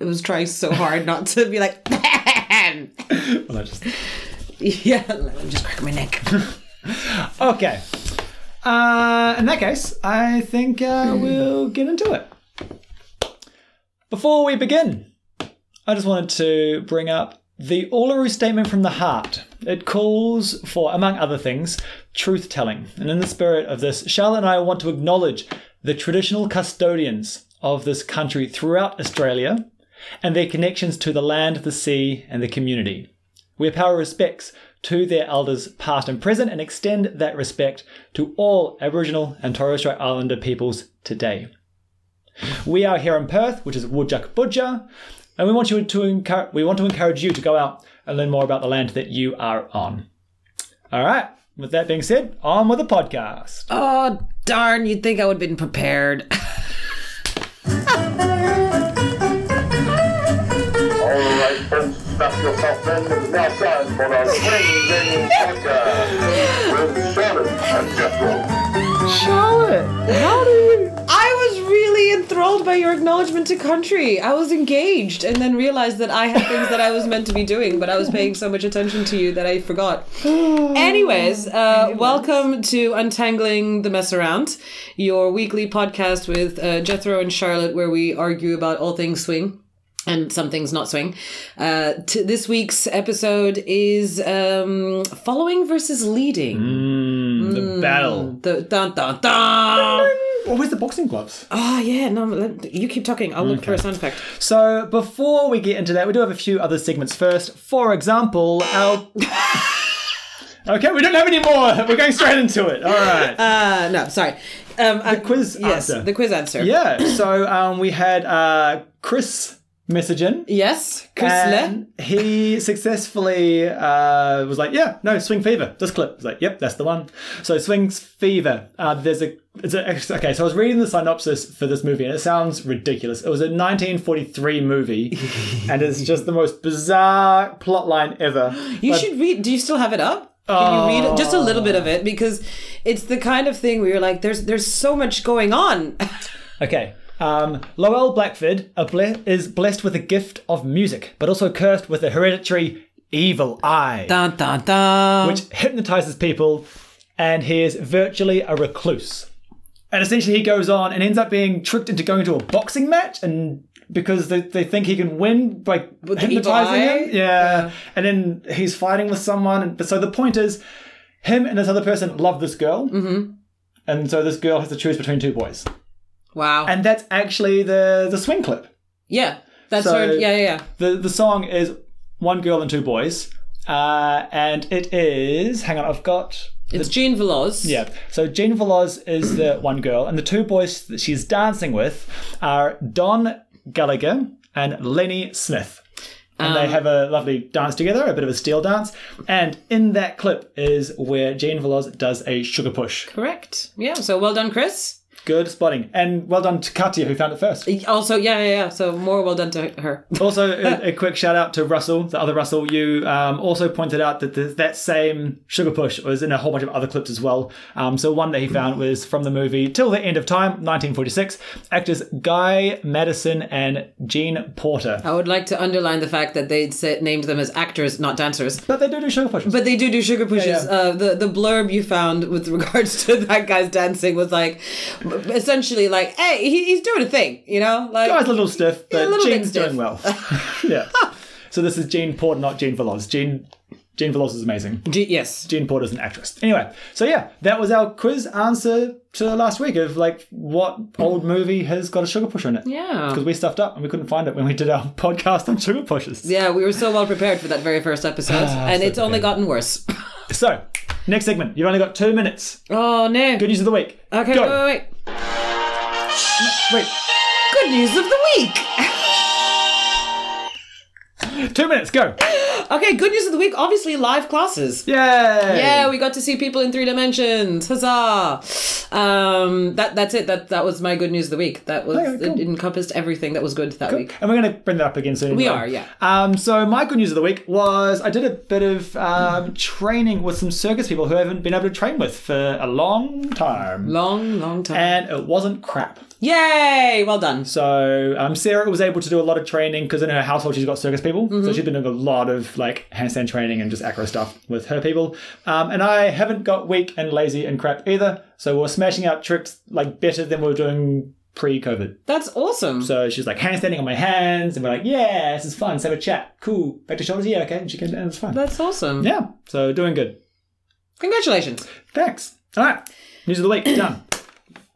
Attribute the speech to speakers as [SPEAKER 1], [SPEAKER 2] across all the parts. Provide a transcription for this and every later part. [SPEAKER 1] It was trying so hard not to be like,
[SPEAKER 2] Well, I just
[SPEAKER 1] yeah, like, I'm just cracking my neck.
[SPEAKER 2] okay. Uh, in that case, I think uh, we'll get into it. Before we begin, I just wanted to bring up the Uluru Statement from the Heart. It calls for, among other things, truth telling. And in the spirit of this, Charlotte and I want to acknowledge the traditional custodians of this country throughout Australia and their connections to the land, the sea, and the community. We pay our respects to their elders, past and present, and extend that respect to all Aboriginal and Torres Strait Islander peoples today. We are here in Perth, which is Woodjuck Budja, and we want you to encourage, we want to encourage you to go out and learn more about the land that you are on. All right. With that being said, on with the podcast.
[SPEAKER 1] Oh darn! You'd think I would have been prepared.
[SPEAKER 3] Alright, friends, stuff yourself in. It's now time for the Swing Ding Podcast with Shannon and Jethro.
[SPEAKER 2] Charlotte, how do you?
[SPEAKER 1] I was really enthralled by your acknowledgement to country. I was engaged and then realized that I had things that I was meant to be doing, but I was paying so much attention to you that I forgot. Anyways, uh, welcome to Untangling the Mess Around, your weekly podcast with uh, Jethro and Charlotte, where we argue about all things swing. And some things not swing. Uh, t- this week's episode is um, following versus leading.
[SPEAKER 2] the battle.
[SPEAKER 1] The dun dun Mm. dun.
[SPEAKER 2] Well, where's the boxing gloves?
[SPEAKER 1] Oh yeah, no, let- you keep talking. I'll look for a sound effect.
[SPEAKER 2] So before we get into that, we do have a few other segments first. For example, our Okay, we don't have any more. We're going straight into it. All right.
[SPEAKER 1] Uh, no, sorry. Um, the
[SPEAKER 2] quiz
[SPEAKER 1] yes,
[SPEAKER 2] answer.
[SPEAKER 1] the quiz answer.
[SPEAKER 2] yeah. So um, we had uh, Chris message in.
[SPEAKER 1] Yes, Kusle.
[SPEAKER 2] And he successfully uh, was like, yeah, no, Swing Fever. This clip. I was like, yep, that's the one. So Swing's Fever. Uh, there's a, it's a. Okay, so I was reading the synopsis for this movie, and it sounds ridiculous. It was a 1943 movie, and it's just the most bizarre plotline ever.
[SPEAKER 1] You
[SPEAKER 2] But-
[SPEAKER 1] should read. Do you still have it up? Can you read it? just a little bit of it because it's the kind of thing where you're like, there's there's so much going on.
[SPEAKER 2] Okay. Um, Lowell Blackford are ble- is blessed with the gift of music, but also cursed with a hereditary evil eye,
[SPEAKER 1] dun dun dun.
[SPEAKER 2] which hypnotizes people, and he is virtually a recluse. And essentially, he goes on and ends up being tricked into going to a boxing match, and because they, they think he can win by
[SPEAKER 1] the evil
[SPEAKER 2] hypnotizing
[SPEAKER 1] eye?
[SPEAKER 2] him, yeah. And then he's fighting with someone, and but so the point is, him and this other person love this girl, mm-hmm. and so this girl has to choose between two boys
[SPEAKER 1] wow.
[SPEAKER 2] and that's actually the the swing clip.
[SPEAKER 1] yeah, that's
[SPEAKER 2] So-
[SPEAKER 1] her. Yeah, yeah, yeah.
[SPEAKER 2] The the song is one girl and two boys, uh, and it is. Hang on, I've got.
[SPEAKER 1] It's Jean Veloz.
[SPEAKER 2] Yeah, so Jean Veloz is the one girl, and the two boys that she's dancing with are Don Gallagher and Lenny Smith. And they have a lovely dance together, a bit of a steel dance. And in that clip is where Jean Veloz does a sugar push.
[SPEAKER 1] Correct. Yeah. So well done, Chris.
[SPEAKER 2] Good spotting. And well done to Katia, who found it first.
[SPEAKER 1] Also, yeah, yeah, yeah. So more well done to her.
[SPEAKER 2] Also, a, a quick shout out to Russell, the other Russell. You um, also pointed out that the, that same Sugar Push was in a whole bunch of other clips as well. Um, so, one that he found was from the movie Till the End of Time, 1946. Actors Guy Madison and Gene Porter.
[SPEAKER 1] I would like to underline the fact that they said named them as actors, not dancers.
[SPEAKER 2] But they do do Sugar Pushes.
[SPEAKER 1] But they do do sugar pushes.
[SPEAKER 2] Oh, Yeah, yeah.
[SPEAKER 1] Uh, the the blurb you found with regards to that guy's dancing was like, essentially like, hey, he, he's doing a thing, you know, like
[SPEAKER 2] Guy's a little stiff,
[SPEAKER 1] Yeah, a
[SPEAKER 2] but
[SPEAKER 1] little bit
[SPEAKER 2] Gene's
[SPEAKER 1] stiff.
[SPEAKER 2] doing well. yeah. So, this is Gene Porter, not Gene Veloz. Gene, Gene Veloz is amazing.
[SPEAKER 1] G- yes,
[SPEAKER 2] Jean Porter's an actress. Anyway, so yeah, that was our quiz answer to last week of like what old movie has got a sugar push in it.
[SPEAKER 1] Yeah.
[SPEAKER 2] Because we stuffed up and we couldn't find it when we did our podcast on sugar pushes.
[SPEAKER 1] yeah, we were so well prepared for that very first episode,
[SPEAKER 2] Ah,
[SPEAKER 1] and it's only gotten worse.
[SPEAKER 2] So, next segment. You've only got two minutes.
[SPEAKER 1] oh no!
[SPEAKER 2] Good news of the week.
[SPEAKER 1] okay,
[SPEAKER 2] Go.
[SPEAKER 1] wait, wait, wait.
[SPEAKER 2] Wait,
[SPEAKER 1] Good news of the week.
[SPEAKER 2] two minutes, go.
[SPEAKER 1] Okay, good news of the week. Obviously, live classes.
[SPEAKER 2] Yay.
[SPEAKER 1] Yeah, we got to see people in three dimensions. Huzzah! Um, that that's it. That that was my good news of the week. That was
[SPEAKER 2] Okay,
[SPEAKER 1] it
[SPEAKER 2] cool.
[SPEAKER 1] encompassed everything that was good that week.
[SPEAKER 2] and we're going to bring that up again soon.
[SPEAKER 1] We
[SPEAKER 2] right?
[SPEAKER 1] are, yeah.
[SPEAKER 2] Um, so my good news of the week was I did a bit of um, training with some circus people who I haven't been able to train with for a long time.
[SPEAKER 1] Long, long time.
[SPEAKER 2] and it wasn't crap.
[SPEAKER 1] Yay! Well done.
[SPEAKER 2] So um, Sarah was able to do a lot of training because in her household she's got circus people, so she's been doing a lot of like handstand training and just acro stuff with her people. Um, and I haven't got weak and lazy and crap either, so we're smashing out tricks like better than we were doing pre-COVID.
[SPEAKER 1] That's awesome.
[SPEAKER 2] So she's like handstanding on my hands, and we're like, yeah, this is fun. Let's have a chat. Cool. Back to shoulders. Yeah, okay. And she came down. It's fun.
[SPEAKER 1] That's awesome.
[SPEAKER 2] yeah. So doing good.
[SPEAKER 1] Congratulations.
[SPEAKER 2] Thanks. All right. News of the week done.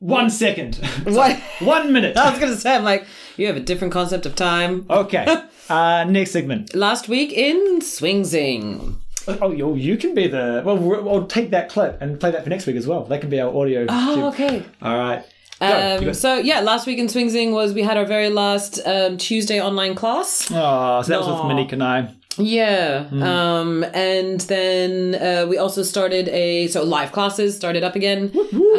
[SPEAKER 2] One second.
[SPEAKER 1] What?
[SPEAKER 2] One minute.
[SPEAKER 1] I was going to say, I'm like, you have a different concept of
[SPEAKER 2] Oh.
[SPEAKER 1] time.
[SPEAKER 2] Okay. Uh, next segment.
[SPEAKER 1] Last week in Swing Zing.
[SPEAKER 2] Oh, you, you can be the. Well, we'll we'll take that clip and play that for next week as well. That can be our audio.
[SPEAKER 1] Oh,
[SPEAKER 2] tip.
[SPEAKER 1] okay.
[SPEAKER 2] All right. Go. You
[SPEAKER 1] Um,
[SPEAKER 2] got-
[SPEAKER 1] so yeah, last week in Swing Zing was we had our very last um, Tuesday online class.
[SPEAKER 2] Aw, Oh, so that was
[SPEAKER 1] Aw.
[SPEAKER 2] with Monique and I.
[SPEAKER 1] Yeah.
[SPEAKER 2] Hmm.
[SPEAKER 1] Um, and then uh, we also started a so live classes started up again.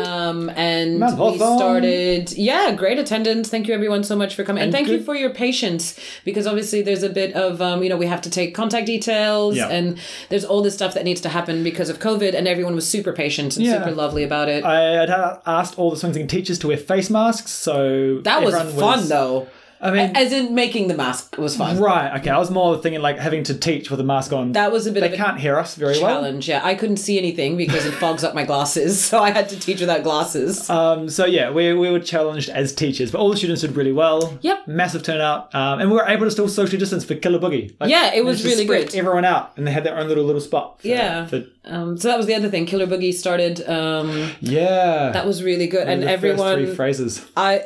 [SPEAKER 1] Um, and
[SPEAKER 2] Man,
[SPEAKER 1] we
[SPEAKER 2] Hawthorne.
[SPEAKER 1] started yeah, great attendance. Thank you everyone so much for coming. And, thank you
[SPEAKER 2] good-
[SPEAKER 1] for your patience because obviously there's a bit of um, you know, we have to take contact details
[SPEAKER 2] Yeah.
[SPEAKER 1] and there's all this stuff that needs to happen because of COVID and everyone was super patient and
[SPEAKER 2] Yeah.
[SPEAKER 1] super lovely about it.
[SPEAKER 2] I had asked all the swings and teachers to wear face masks, so
[SPEAKER 1] that was
[SPEAKER 2] everyone
[SPEAKER 1] fun though.
[SPEAKER 2] I mean,
[SPEAKER 1] As in making the mask was fun.
[SPEAKER 2] right? Okay, I was more thinking like having to teach with a mask on.
[SPEAKER 1] That was a bit
[SPEAKER 2] they
[SPEAKER 1] of a
[SPEAKER 2] can't hear us very well.
[SPEAKER 1] challenge. Yeah, I couldn't see anything because it fogs up my glasses, so I had to teach without glasses.
[SPEAKER 2] Um, so yeah, we, we were challenged as teachers, but all the students did really well.
[SPEAKER 1] Yep.
[SPEAKER 2] Massive turnout, um, and we were able to still social distance for Killer Boogie. Like,
[SPEAKER 1] Yeah, it was
[SPEAKER 2] just
[SPEAKER 1] really
[SPEAKER 2] spread
[SPEAKER 1] good.
[SPEAKER 2] Everyone out, and they had their own little little spot. for-
[SPEAKER 1] Yeah.
[SPEAKER 2] for-
[SPEAKER 1] Um, so that was the other thing. Killer Boogie started. Um,
[SPEAKER 2] yeah.
[SPEAKER 1] that was really good, and
[SPEAKER 2] the first three
[SPEAKER 1] everyone.
[SPEAKER 2] phrases.
[SPEAKER 1] I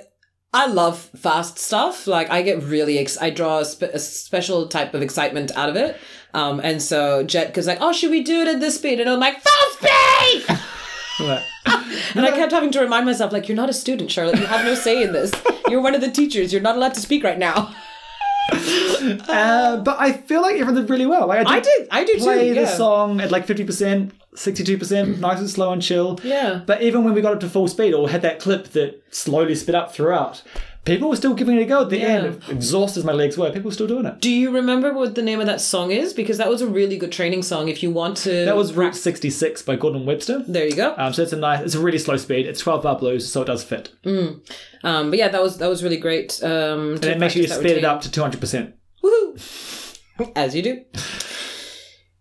[SPEAKER 1] I love fast stuff. Like I get really ex- I draw a, spe- a special type of excitement out of it. Um, and so Jet was like, "Oh, should we do it at this speed?" And I'm like, "Full speed!"
[SPEAKER 2] Right.
[SPEAKER 1] And I kept having to remind myself, like, "You're not a student, Charlotte. You have no say in this. You're one of the teachers. You're not allowed to speak right now."
[SPEAKER 2] Uh, but I feel like everyone did really well. Like I
[SPEAKER 1] I
[SPEAKER 2] did,
[SPEAKER 1] did. I do too.
[SPEAKER 2] play the
[SPEAKER 1] yeah.
[SPEAKER 2] song at like fifty percent, sixty-two percent, nice and slow and chill.
[SPEAKER 1] Yeah.
[SPEAKER 2] But even when we got up to full speed or had that clip that slowly sped up throughout, people were still giving it a go at the end. Exhausted as my legs were, people were still doing it.
[SPEAKER 1] Do you remember what the name of that song is? Because that was a really good training song. If you want to,
[SPEAKER 2] That was Route sixty-six by Gordon Webster.
[SPEAKER 1] there you go.
[SPEAKER 2] Um, so it's a nice, it's a really slow speed. It's twelve bar blues, so it does fit.
[SPEAKER 1] Um, but yeah, that was that was really great. Um,
[SPEAKER 2] And then make sure you speed it up to two hundred percent.
[SPEAKER 1] Woohoo! As you do.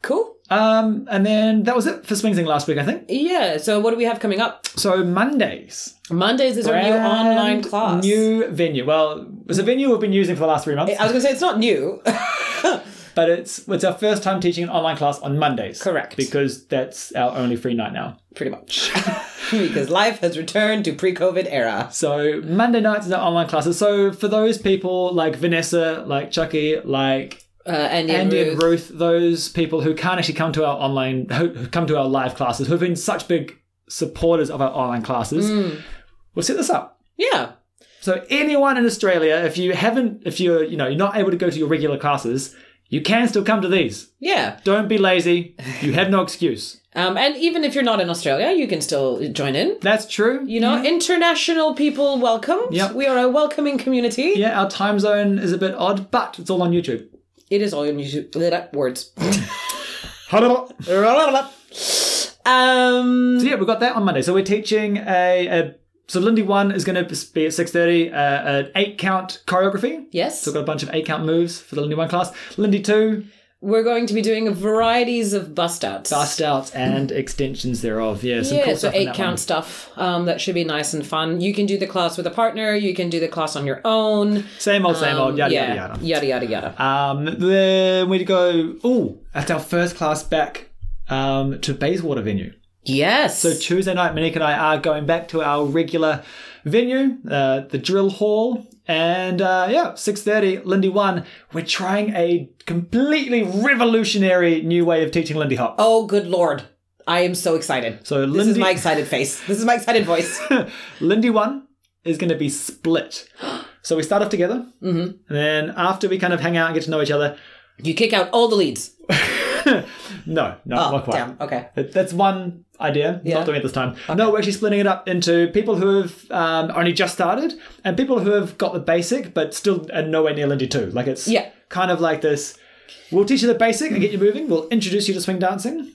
[SPEAKER 1] Cool.
[SPEAKER 2] Um, and then that was it for Swings Zing last week, I think.
[SPEAKER 1] Yeah. So what do we have coming up?
[SPEAKER 2] So Mondays,
[SPEAKER 1] Mondays is our new
[SPEAKER 2] Brand
[SPEAKER 1] online class.
[SPEAKER 2] New venue. Well, it's a venue we've been using for the last three months,
[SPEAKER 1] I was gonna say it's not new.
[SPEAKER 2] but it's it's our first time teaching an online class on Mondays.
[SPEAKER 1] Correct.
[SPEAKER 2] Because that's our only free night now.
[SPEAKER 1] Pretty much. because life has returned to pre-COVID era.
[SPEAKER 2] So Monday nights is our online classes. So for those people like Vanessa, like Chucky, like
[SPEAKER 1] Uh, Andy,
[SPEAKER 2] Andy
[SPEAKER 1] and Ruth.
[SPEAKER 2] and Ruth, those people who can't actually come to our online, who who come to our live classes, who've been such big supporters of our online classes,
[SPEAKER 1] Mm.
[SPEAKER 2] we'll set this up.
[SPEAKER 1] Yeah.
[SPEAKER 2] So anyone in Australia, if you haven't, if you're, you know, you're not able to go to your regular classes, you can still come to these.
[SPEAKER 1] Yeah.
[SPEAKER 2] Don't be lazy. You have no excuse.
[SPEAKER 1] Um, and even if you're not in Australia, you can still join in.
[SPEAKER 2] That's true.
[SPEAKER 1] You know, international people welcome.
[SPEAKER 2] Yep.
[SPEAKER 1] We are a welcoming community.
[SPEAKER 2] Yeah, our time zone is a bit odd, but it's all on YouTube.
[SPEAKER 1] It is all in YouTube. Words.
[SPEAKER 2] Hello. So
[SPEAKER 1] um,
[SPEAKER 2] yeah, we got that on Monday. So we're teaching a, a so Lindy one is going to be at six thirty, uh, an eight count choreography.
[SPEAKER 1] yes.
[SPEAKER 2] So we've got a bunch of eight count moves for the Lindy one class. Lindy two,
[SPEAKER 1] We're going to be doing varieties of bust outs.
[SPEAKER 2] bust outs and extensions thereof. Yeah, some
[SPEAKER 1] yeah,
[SPEAKER 2] cool
[SPEAKER 1] so
[SPEAKER 2] stuff in
[SPEAKER 1] eight
[SPEAKER 2] that
[SPEAKER 1] count
[SPEAKER 2] one.
[SPEAKER 1] stuff. Um, that should be nice and fun. You can do the class with a partner. You can do the class on your own.
[SPEAKER 2] Same old, same old.
[SPEAKER 1] Um,
[SPEAKER 2] Yada
[SPEAKER 1] yeah,
[SPEAKER 2] yada yada.
[SPEAKER 1] Yada yada yada.
[SPEAKER 2] Um, then we go. Oh, that's our first class back um, to Bayswater venue.
[SPEAKER 1] yes.
[SPEAKER 2] So Tuesday night, Monique and I are going back to our regular venue, uh, the Drill Hall, and uh, yeah, six thirty, Lindy One. We're trying a completely revolutionary new way of teaching Lindy Hop.
[SPEAKER 1] oh, good lord! I am so excited.
[SPEAKER 2] So
[SPEAKER 1] this is
[SPEAKER 2] Lindy-
[SPEAKER 1] my excited face. This is my excited voice.
[SPEAKER 2] Lindy One is going to be split. So we start off together,
[SPEAKER 1] Mm-hmm.
[SPEAKER 2] and then after we kind of hang out and get to know each other.
[SPEAKER 1] you kick out all the leads.
[SPEAKER 2] No, no,
[SPEAKER 1] Oh,
[SPEAKER 2] not quite.
[SPEAKER 1] damn. Okay.
[SPEAKER 2] That- That's one idea.
[SPEAKER 1] Yeah.
[SPEAKER 2] Not doing it this time. No, we're actually splitting it up into people who have um, only just started and people who have got the basic but still are nowhere near Lindy 2. Like it's
[SPEAKER 1] Yeah.
[SPEAKER 2] kind of like this we'll teach you the basic and get you moving, we'll introduce you to swing dancing.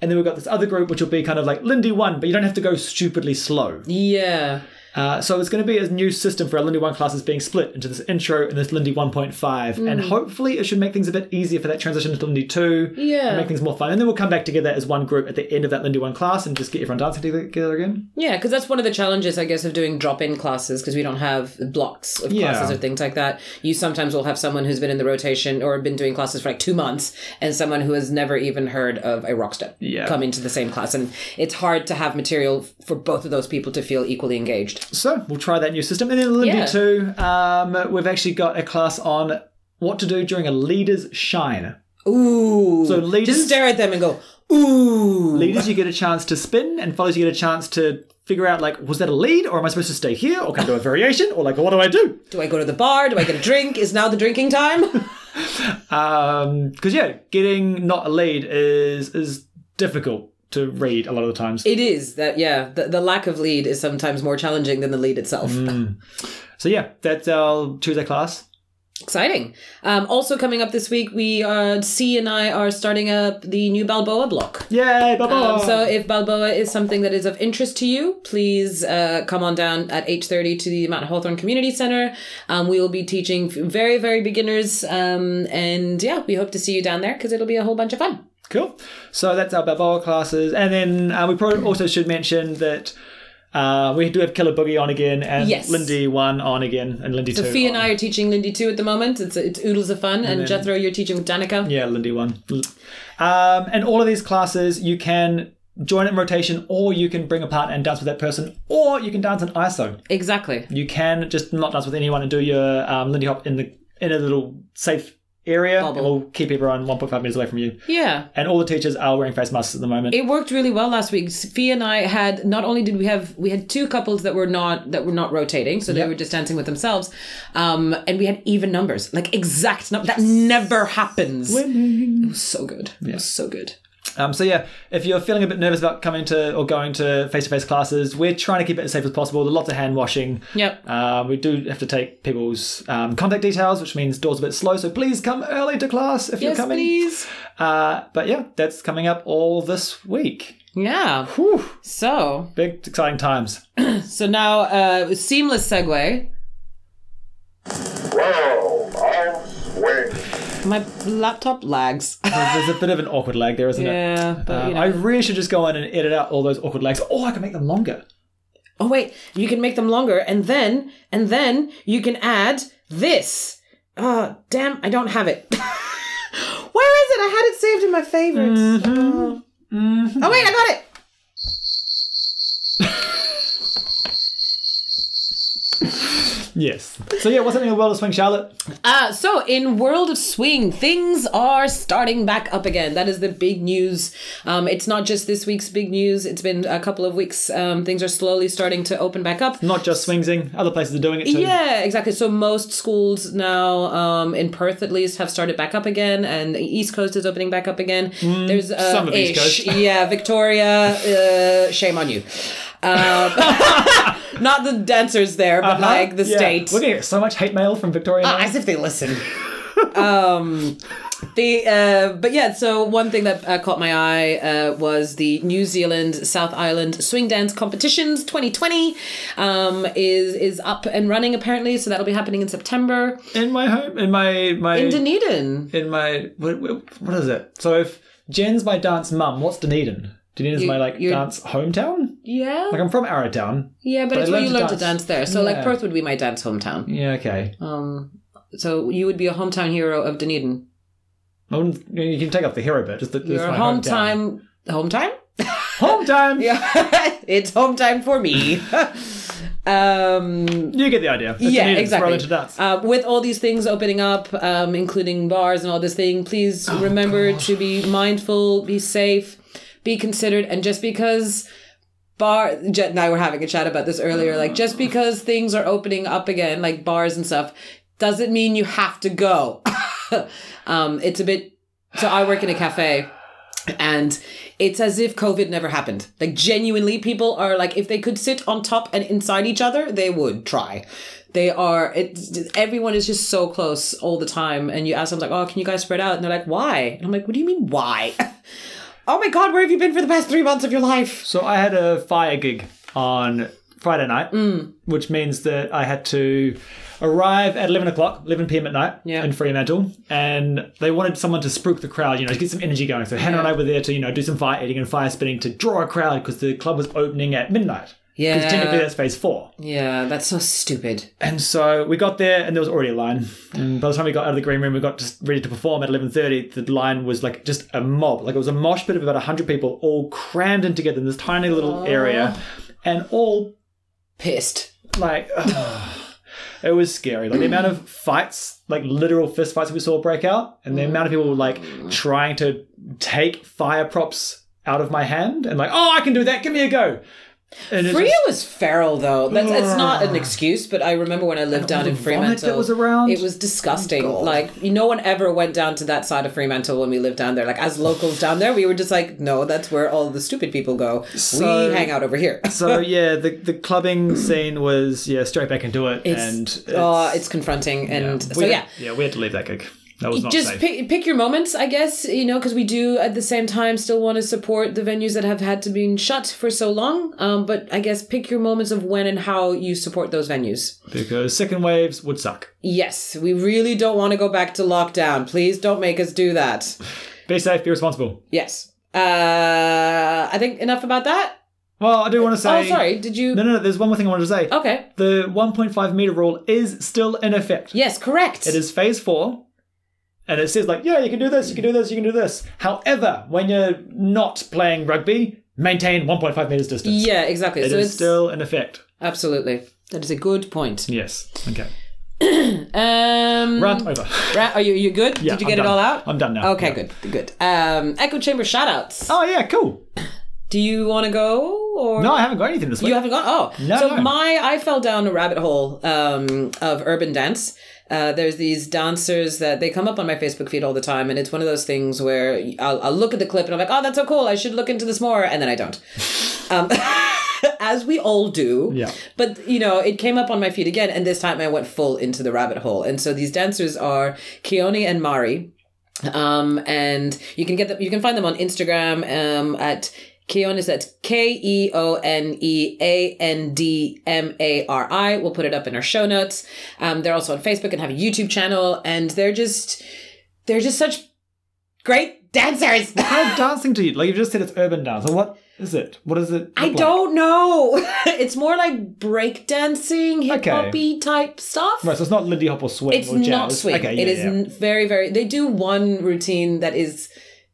[SPEAKER 2] And then we've got this other group which will be kind of like Lindy 1, but you don't have to go stupidly slow.
[SPEAKER 1] Yeah.
[SPEAKER 2] Uh, so it's going to be a new system for our Lindy 1 classes being split into this intro and this Lindy 1.5.
[SPEAKER 1] Mm-hmm.
[SPEAKER 2] And hopefully it should make things a bit easier for that transition into Lindy 2.
[SPEAKER 1] Yeah.
[SPEAKER 2] and Make things more fun. And then we'll come back together as one group at the end of that Lindy 1 class and just get everyone dancing together again.
[SPEAKER 1] Yeah, because that's one of the challenges, I guess, of doing drop-in classes because we don't have blocks of
[SPEAKER 2] Yeah.
[SPEAKER 1] classes or things like that. You sometimes will have someone who's been in the rotation or been doing classes for like two months, and someone who has never even heard of a rock step
[SPEAKER 2] Yeah.
[SPEAKER 1] come into the same class, and it's hard to have material for both of those people to feel equally engaged.
[SPEAKER 2] So we'll try that new system. And then Lindy
[SPEAKER 1] Yeah.
[SPEAKER 2] 2, um, we've actually got a class on what to do during a leader's shine.
[SPEAKER 1] Ooh,
[SPEAKER 2] So leaders-
[SPEAKER 1] just stare at them and go, ooh,
[SPEAKER 2] Leaders, you get a chance to spin, and follows, you get a chance to figure out like, was that a lead, or am I supposed to stay here, or can I do a variation, or like, what do I do?
[SPEAKER 1] do I go to the bar? Do I get a drink? Is now the drinking time?
[SPEAKER 2] Um, because yeah, getting not a lead is is difficult to read a lot of the times.
[SPEAKER 1] it is that yeah. The, the lack of lead is sometimes more challenging than the lead itself.
[SPEAKER 2] Mm. so yeah, that's our Tuesday class.
[SPEAKER 1] Exciting. Um, also coming up this week, we uh, C and I are starting up the new Balboa block.
[SPEAKER 2] Yay, bye bye.
[SPEAKER 1] Um, so if Balboa is something that is of interest to you, please uh, come on down at 8.30 to the Mount Hawthorne Community Center. Um, we will be teaching very, very beginners. Um, and yeah, we hope to see you down there because it'll be a whole bunch of fun.
[SPEAKER 2] Cool. So that's our Balboa classes, and then uh, we probably also should mention that. Uh, we do have Killer Boogie on again, and
[SPEAKER 1] Yes.
[SPEAKER 2] Lindy one on again, and Lindy two.
[SPEAKER 1] Sophie and
[SPEAKER 2] on.
[SPEAKER 1] I are teaching Lindy 2 at the moment. It's, it's oodles of fun. And, Jethro, you're teaching with Danica.
[SPEAKER 2] Yeah, Lindy one. Um, and all of these classes, you can join in rotation, or you can bring a partner and dance with that person, or you can dance in ISO.
[SPEAKER 1] Exactly.
[SPEAKER 2] You can just not dance with anyone and do your um, Lindy hop in the in a little safe area.
[SPEAKER 1] Bubble.
[SPEAKER 2] And we'll keep everyone 1.5 meters away from you.
[SPEAKER 1] Yeah.
[SPEAKER 2] And all the teachers are wearing face masks at the moment.
[SPEAKER 1] It worked really well last week. Sophia and I had not only did we have we had two couples that were not that were not rotating, so they were just dancing with themselves, um, and we had even numbers, like exact numbers. That never happens. It was so good. It was so good.
[SPEAKER 2] Um, so yeah, if you're feeling a bit nervous about coming to or going to face-to-face classes, we're trying to keep it as safe as possible. There's lots of hand washing.
[SPEAKER 1] Yep.
[SPEAKER 2] Uh, we do have to take people's um, contact details, which means doors a bit slow. So please come early to class if you're
[SPEAKER 1] Yes,
[SPEAKER 2] coming.
[SPEAKER 1] please.
[SPEAKER 2] Uh, but yeah, that's coming up all this week.
[SPEAKER 1] Yeah.
[SPEAKER 2] Whew,
[SPEAKER 1] So
[SPEAKER 2] big exciting times.
[SPEAKER 1] so now uh, seamless segue.
[SPEAKER 3] Whoa, I'll swing.
[SPEAKER 1] My laptop lags.
[SPEAKER 2] There's, there's a bit of an awkward lag there, isn't it?
[SPEAKER 1] yeah, but
[SPEAKER 2] Um,
[SPEAKER 1] you know.
[SPEAKER 2] I really should just go in and edit out all those awkward lags. Oh, I can make them longer.
[SPEAKER 1] oh wait, you can make them longer, and then and then you can add this. Oh damn, I don't have it. Where is it? I had it saved in my favorites. Oh. Oh wait, I got it.
[SPEAKER 2] Yes. So yeah, what's happening in the world of swing, Charlotte?
[SPEAKER 1] Uh, so in World of Swing, things are starting back up again. That is the big news. Um, it's not just this week's big news. It's been a couple of weeks. Um, things are slowly starting to open back up.
[SPEAKER 2] Not just swingsing, other places are doing it too.
[SPEAKER 1] Yeah, exactly. So most schools now, um, in Perth at least, have started back up again, and the East Coast is opening back up again. There's uh,
[SPEAKER 2] Mm, some of East
[SPEAKER 1] ish.
[SPEAKER 2] Coast.
[SPEAKER 1] yeah, Victoria. Uh, shame on you. Um, not the dancers there, but
[SPEAKER 2] Huh?
[SPEAKER 1] like the
[SPEAKER 2] Uh-huh. Yeah.
[SPEAKER 1] states.
[SPEAKER 2] We're gonna get so much hate mail from Victoria. now.
[SPEAKER 1] As if they listen. um, the uh, but yeah. So one thing that uh, caught my eye uh, was the New Zealand South Island Swing Dance Competitions 2020 um, is is up and running apparently. So that'll be happening in September
[SPEAKER 2] in my home, in my my
[SPEAKER 1] in Dunedin.
[SPEAKER 2] in my what, what what is it? So if Jen's my dance mum, what's Dunedin? Dunedin's my like
[SPEAKER 1] you're-
[SPEAKER 2] dance hometown.
[SPEAKER 1] Yeah,
[SPEAKER 2] Like I'm from Arrowtown.
[SPEAKER 1] yeah. But,
[SPEAKER 2] I
[SPEAKER 1] it's where you
[SPEAKER 2] learned to
[SPEAKER 1] learn to dance
[SPEAKER 2] dance.
[SPEAKER 1] there. So like
[SPEAKER 2] Yeah.
[SPEAKER 1] Perth would be my dance hometown.
[SPEAKER 2] Yeah, okay.
[SPEAKER 1] Um, so you would be a hometown hero of Dunedin.
[SPEAKER 2] I wouldn't- you can take off the hero bit. Just that it's
[SPEAKER 1] Your
[SPEAKER 2] my
[SPEAKER 1] home
[SPEAKER 2] hometown.
[SPEAKER 1] time, home time.
[SPEAKER 2] Home time.
[SPEAKER 1] Yeah, it's home time for me. um,
[SPEAKER 2] You get the idea. It's
[SPEAKER 1] yeah,
[SPEAKER 2] Dunedin, it's
[SPEAKER 1] exactly.
[SPEAKER 2] Rolling to dance.
[SPEAKER 1] Uh, with all these things opening up, um, including bars and all this thing, please
[SPEAKER 2] Oh,
[SPEAKER 1] remember to be mindful, be safe, be considered, and just because bar Jet and I were having a chat about this earlier, like just because things are opening up again, like bars and stuff, doesn't mean you have to go. um, it's a bit. So I work in a cafe and it's as if COVID never happened. Like genuinely, people are like, if they could sit on top and inside each other, they would try. They are. It's everyone is just so close all the time, and you ask them like, "Oh, can you guys spread out?" And they're like, "Why?" And I'm like, "What do you mean why?" oh my god, where have you been for the past three months of your life?
[SPEAKER 2] so I had a fire gig on Friday night,
[SPEAKER 1] Mm.
[SPEAKER 2] which means that I had to arrive at 11 o'clock, 11 p.m. at night
[SPEAKER 1] Yeah.
[SPEAKER 2] in Fremantle. And they wanted someone to spook the crowd, you know, to get some energy going. So Hannah and I were there to, you know, do some fire eating and fire spinning to draw a crowd because the club was opening at midnight.
[SPEAKER 1] Yeah.
[SPEAKER 2] Because technically that's phase four.
[SPEAKER 1] Yeah, that's so stupid.
[SPEAKER 2] And so we got there, and there was already a line. And by the time we got out of the green room, we got just ready to perform at eleven thirty. The line was like just a mob, like it was a mosh pit of about hundred people, all crammed in together in this tiny little area, and all
[SPEAKER 1] Pissed.
[SPEAKER 2] like it was scary. Like the amount of fights, like literal fist fights we saw break out, and the amount of people like trying to take fire props out of my hand, and like, oh, I can do that. Give me a go. And it
[SPEAKER 1] Freya
[SPEAKER 2] just-
[SPEAKER 1] was feral, though. That's it's not an excuse, but I remember when I lived down
[SPEAKER 2] the
[SPEAKER 1] in
[SPEAKER 2] vomit
[SPEAKER 1] Fremantle,
[SPEAKER 2] that was around? Oh
[SPEAKER 1] It was disgusting. like no one ever went down to that side of Fremantle when we lived down there. Like as locals down there, we were just like, no, that's where all the stupid people go.
[SPEAKER 2] So-
[SPEAKER 1] we hang out over here.
[SPEAKER 2] so yeah, the the clubbing scene was yeah straight back into it,
[SPEAKER 1] It's-
[SPEAKER 2] and
[SPEAKER 1] oh, it's confronting, and so
[SPEAKER 2] we
[SPEAKER 1] yeah.
[SPEAKER 2] had, yeah, we had to leave that gig. That was not
[SPEAKER 1] just
[SPEAKER 2] safe.
[SPEAKER 1] pick, pick your moments, I guess, you know, because we do at the same time still want to support the venues that have had to be shut for so long. Um, but I guess pick your moments of when and how you support those venues.
[SPEAKER 2] because second waves would suck.
[SPEAKER 1] Yes, we really don't want to go back to lockdown. Please don't make us do that.
[SPEAKER 2] Be safe, be responsible.
[SPEAKER 1] Yes. Uh, I think enough about that.
[SPEAKER 2] Well, I do want to say.
[SPEAKER 1] Oh, sorry. Oh. Did you?
[SPEAKER 2] No, no, no. There's one more thing I wanted to say.
[SPEAKER 1] Okay.
[SPEAKER 2] The 1.5 meter rule is still in effect.
[SPEAKER 1] Yes, correct.
[SPEAKER 2] It is phase four, and it says like, yeah, you can do this, you can do this, you can do this. However, when you're not playing rugby, maintain 1.5 meters distance.
[SPEAKER 1] Yeah, exactly.
[SPEAKER 2] It
[SPEAKER 1] so
[SPEAKER 2] is
[SPEAKER 1] it's
[SPEAKER 2] still in effect.
[SPEAKER 1] absolutely. That is a good point.
[SPEAKER 2] Yes. Okay.
[SPEAKER 1] Um,
[SPEAKER 2] Rant over.
[SPEAKER 1] Ra- are you you good?
[SPEAKER 2] Yeah,
[SPEAKER 1] Did you
[SPEAKER 2] I'm
[SPEAKER 1] get
[SPEAKER 2] done.
[SPEAKER 1] it all out?
[SPEAKER 2] I'm done now.
[SPEAKER 1] Okay,
[SPEAKER 2] Yeah.
[SPEAKER 1] good, good. Um, echo chamber shoutouts.
[SPEAKER 2] Oh yeah, cool.
[SPEAKER 1] Do you want to go or
[SPEAKER 2] No, I haven't got anything this week.
[SPEAKER 1] You haven't gone? Oh,
[SPEAKER 2] No,
[SPEAKER 1] so
[SPEAKER 2] no.
[SPEAKER 1] my I fell down a rabbit hole um, of urban dance. Uh, there's these dancers that they come up on my Facebook feed all the time, and it's one of those things where I'll, I'll look at the clip and I'm like, oh, that's so cool. I should look into this more, and then I don't. Um, as we all do.
[SPEAKER 2] Yeah.
[SPEAKER 1] But you know, it came up on my feed again, and this time I went full into the rabbit hole. And so these dancers are Keone and Mari. Um, and you can get them, you can find them on Instagram, um, at Keone, that's K E O N E A N D M A R I. We'll put it up in our show notes. Um, they're also on Facebook and have a YouTube channel, and they're just, they're just such great dancers.
[SPEAKER 2] How dancing to you? Like you just said, it's urban dance. And what is it? What is it?
[SPEAKER 1] I
[SPEAKER 2] look like?
[SPEAKER 1] don't know. it's more like breakdancing, hip
[SPEAKER 2] Okay.
[SPEAKER 1] hoppy type stuff.
[SPEAKER 2] Right, so it's not Lindy Hop or swing.
[SPEAKER 1] It's
[SPEAKER 2] or jazz.
[SPEAKER 1] not swing.
[SPEAKER 2] Okay,
[SPEAKER 1] it
[SPEAKER 2] yeah,
[SPEAKER 1] is
[SPEAKER 2] yeah.
[SPEAKER 1] n- very, very. They do one routine that is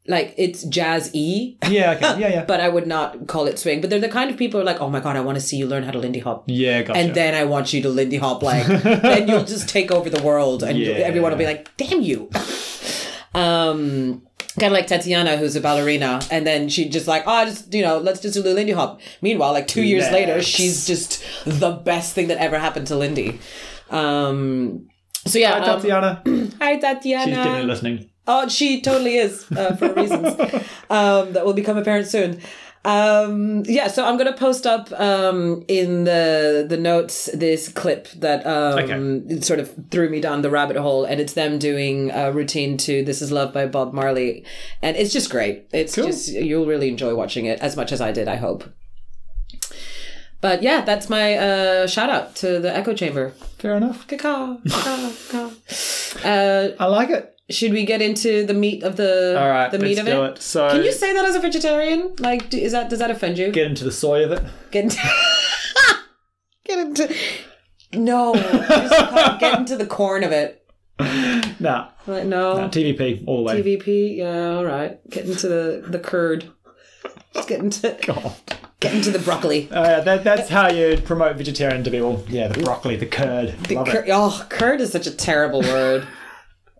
[SPEAKER 1] like it's jazz y,
[SPEAKER 2] yeah. Okay. Yeah. Yeah.
[SPEAKER 1] but I would not call it swing. But they're the kind of people who are like, oh my god, I want to see you learn how to Lindy Hop.
[SPEAKER 2] yeah. Gotcha.
[SPEAKER 1] And then I want you to Lindy Hop like, then you'll just take over the world, and you-
[SPEAKER 2] Yeah.
[SPEAKER 1] everyone will be like, "Damn you!" um, kind of like Tatiana, who's a ballerina, and then she just like, "Oh, just you know, let's just do the Lindy Hop." Meanwhile, like two years later,
[SPEAKER 2] Relax.
[SPEAKER 1] she's just the best thing that ever happened to Lindy. Um, so yeah,
[SPEAKER 2] Hi,
[SPEAKER 1] um,
[SPEAKER 2] Tatiana. She's
[SPEAKER 1] hi Tatiana.
[SPEAKER 2] definitely listening.
[SPEAKER 1] Oh, she totally is uh, for reasons um, that will become apparent soon. Um, yeah, so I'm gonna post up um, in the the notes this clip that um,
[SPEAKER 2] Okay.
[SPEAKER 1] sort of threw me down the rabbit hole, and it's them doing a routine to "This Is Love" by Bob Marley, and it's just great. It's just you'll really enjoy watching it as much as I did. I hope. But yeah, that's my uh, shout out to the Echo Chamber.
[SPEAKER 2] Fair enough.
[SPEAKER 1] Cacao, cacao, cacao. Uh,
[SPEAKER 2] I like it.
[SPEAKER 1] should we get into the meat of the
[SPEAKER 2] All right.
[SPEAKER 1] the meat
[SPEAKER 2] let's
[SPEAKER 1] of
[SPEAKER 2] do
[SPEAKER 1] it?
[SPEAKER 2] it. So
[SPEAKER 1] Can you say that as a vegetarian? Like, do, is that does that offend you?
[SPEAKER 2] get into the soy of it?
[SPEAKER 1] Get into, get into no, just can't get into the corn of it.
[SPEAKER 2] Nah.
[SPEAKER 1] Like, no,
[SPEAKER 2] nah TVP all the way.
[SPEAKER 1] TVP. Yeah, all right. Get into the the curd. Just get into
[SPEAKER 2] God.
[SPEAKER 1] get into the broccoli.
[SPEAKER 2] Uh, that, that's how you promote vegetarian to people. Yeah, the broccoli, the curd. Love
[SPEAKER 1] Cur-
[SPEAKER 2] it.
[SPEAKER 1] oh, curd is such a terrible word.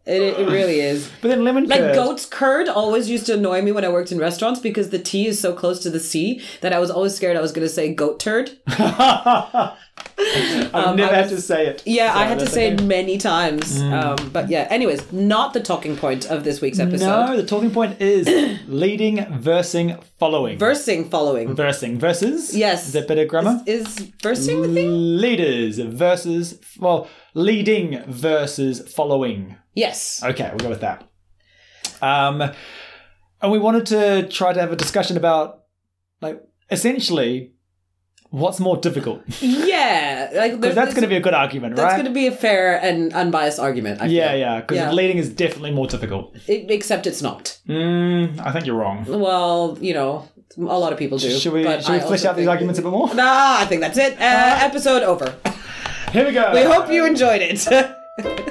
[SPEAKER 1] It, it really is.
[SPEAKER 2] But then lemon
[SPEAKER 1] Like
[SPEAKER 2] curd.
[SPEAKER 1] goat's curd always used to annoy me when I worked in restaurants because the T is so close to the C that I was always scared I was going to say goat turd.
[SPEAKER 2] I've never
[SPEAKER 1] um, I
[SPEAKER 2] had
[SPEAKER 1] was-
[SPEAKER 2] to say it.
[SPEAKER 1] Yeah, I
[SPEAKER 2] So
[SPEAKER 1] had to
[SPEAKER 2] that's
[SPEAKER 1] say
[SPEAKER 2] okay. Mm.
[SPEAKER 1] it many times. Um, but yeah, anyways, not the talking point of this week's episode.
[SPEAKER 2] No, the talking point is leading, versing, following.
[SPEAKER 1] Versing following.
[SPEAKER 2] versing versus.
[SPEAKER 1] Yes.
[SPEAKER 2] Is that better grammar?
[SPEAKER 1] Is versing the
[SPEAKER 2] Mm.
[SPEAKER 1] thing?
[SPEAKER 2] Leaders versus well, leading versus following.
[SPEAKER 1] Yes.
[SPEAKER 2] Okay, we'll go with that. Um, and we wanted to try to have a discussion about, like, essentially, what's more difficult?
[SPEAKER 1] Yeah, like
[SPEAKER 2] Because that's going to be a good argument,
[SPEAKER 1] that's
[SPEAKER 2] right?
[SPEAKER 1] going to be a fair and unbiased argument. I
[SPEAKER 2] yeah,
[SPEAKER 1] feel.
[SPEAKER 2] yeah. Because
[SPEAKER 1] Yeah.
[SPEAKER 2] leading is definitely more difficult.
[SPEAKER 1] It- except it's not.
[SPEAKER 2] Mm, I think you're wrong.
[SPEAKER 1] Well, you know, a lot of people do.
[SPEAKER 2] Should we,
[SPEAKER 1] but
[SPEAKER 2] should we
[SPEAKER 1] I
[SPEAKER 2] flesh
[SPEAKER 1] also
[SPEAKER 2] out these
[SPEAKER 1] think-
[SPEAKER 2] arguments a bit more?
[SPEAKER 1] Nah, I think that's it. Uh, episode over.
[SPEAKER 2] Here we go.
[SPEAKER 1] We hope you enjoyed it.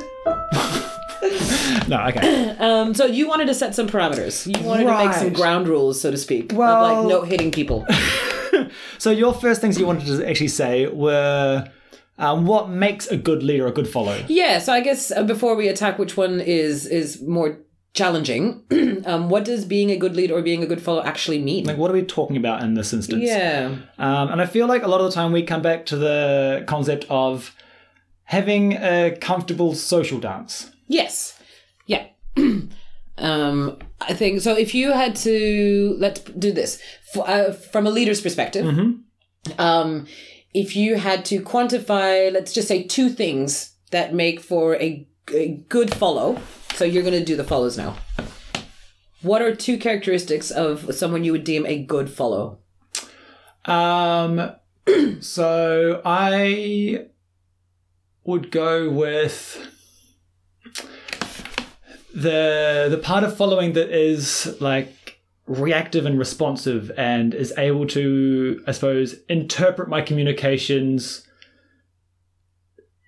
[SPEAKER 2] No, okay.
[SPEAKER 1] um, so you wanted to set some parameters. You wanted to make some
[SPEAKER 2] Right.
[SPEAKER 1] ground rules, so to speak, of
[SPEAKER 2] Well-
[SPEAKER 1] like no hitting people.
[SPEAKER 2] so your first things you wanted to actually say were um, what makes a good leader a good follower?
[SPEAKER 1] yeah. So I guess uh, before we attack which one is is more challenging, um, what does being a good leader or being a good follower actually mean?
[SPEAKER 2] Like, what are we talking about in this instance?
[SPEAKER 1] yeah.
[SPEAKER 2] Um, and I feel like a lot of the time we come back to the concept of having a comfortable social dance.
[SPEAKER 1] Yes. Yeah. um, I think so. If you had to let's do this F- uh, from a leader's perspective,
[SPEAKER 2] Mm-hmm.
[SPEAKER 1] um, if you had to quantify, let's just say two things that make for a, a good follow. So you're going to do the follows now. What are two characteristics of someone you would deem a good follow?
[SPEAKER 2] Um, so I would go with the the part of following that is like reactive and responsive and is able to, I suppose, interpret my communications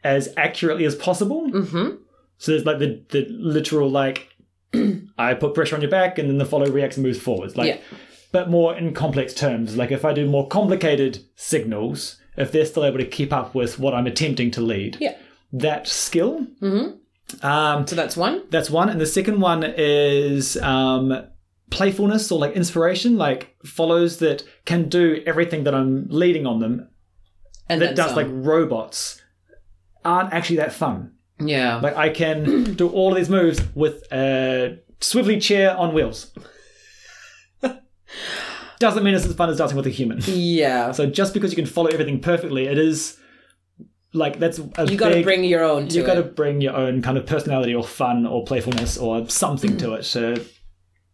[SPEAKER 2] as accurately as possible.
[SPEAKER 1] Mm-hmm.
[SPEAKER 2] So there's like the, the literal like I put pressure on your back and then the follow reacts and moves forwards. Like
[SPEAKER 1] Yeah.
[SPEAKER 2] but more in complex terms. Like if I do more complicated signals, if they're still able to keep up with what I'm attempting to lead,
[SPEAKER 1] Yeah.
[SPEAKER 2] that skill. Mm-hmm. Um
[SPEAKER 1] So that's one.
[SPEAKER 2] that's one. And the second one is um playfulness or like inspiration, like follows that can do everything that I'm leading on them
[SPEAKER 1] And
[SPEAKER 2] that
[SPEAKER 1] then
[SPEAKER 2] does
[SPEAKER 1] some.
[SPEAKER 2] like robots aren't actually that fun.
[SPEAKER 1] yeah.
[SPEAKER 2] Like I can do all of these moves with a swivelly chair on wheels. Doesn't mean it's as fun as dancing with a human.
[SPEAKER 1] yeah.
[SPEAKER 2] So just because you can follow everything perfectly, it is like that's a
[SPEAKER 1] you got to
[SPEAKER 2] big-
[SPEAKER 1] bring your own. To
[SPEAKER 2] you
[SPEAKER 1] it.
[SPEAKER 2] got to bring your own kind of personality or fun or playfulness or something to it to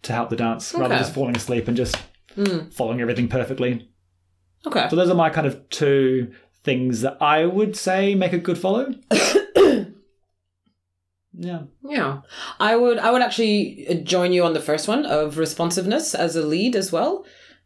[SPEAKER 2] to help the dance
[SPEAKER 1] Okay.
[SPEAKER 2] rather
[SPEAKER 1] Hmm.
[SPEAKER 2] than just falling asleep and just following everything perfectly.
[SPEAKER 1] okay.
[SPEAKER 2] So those are my kind of two things that I would say make a good follow. yeah.
[SPEAKER 1] Yeah, I would. I would actually uh, join you on the first one of responsiveness as a lead as well.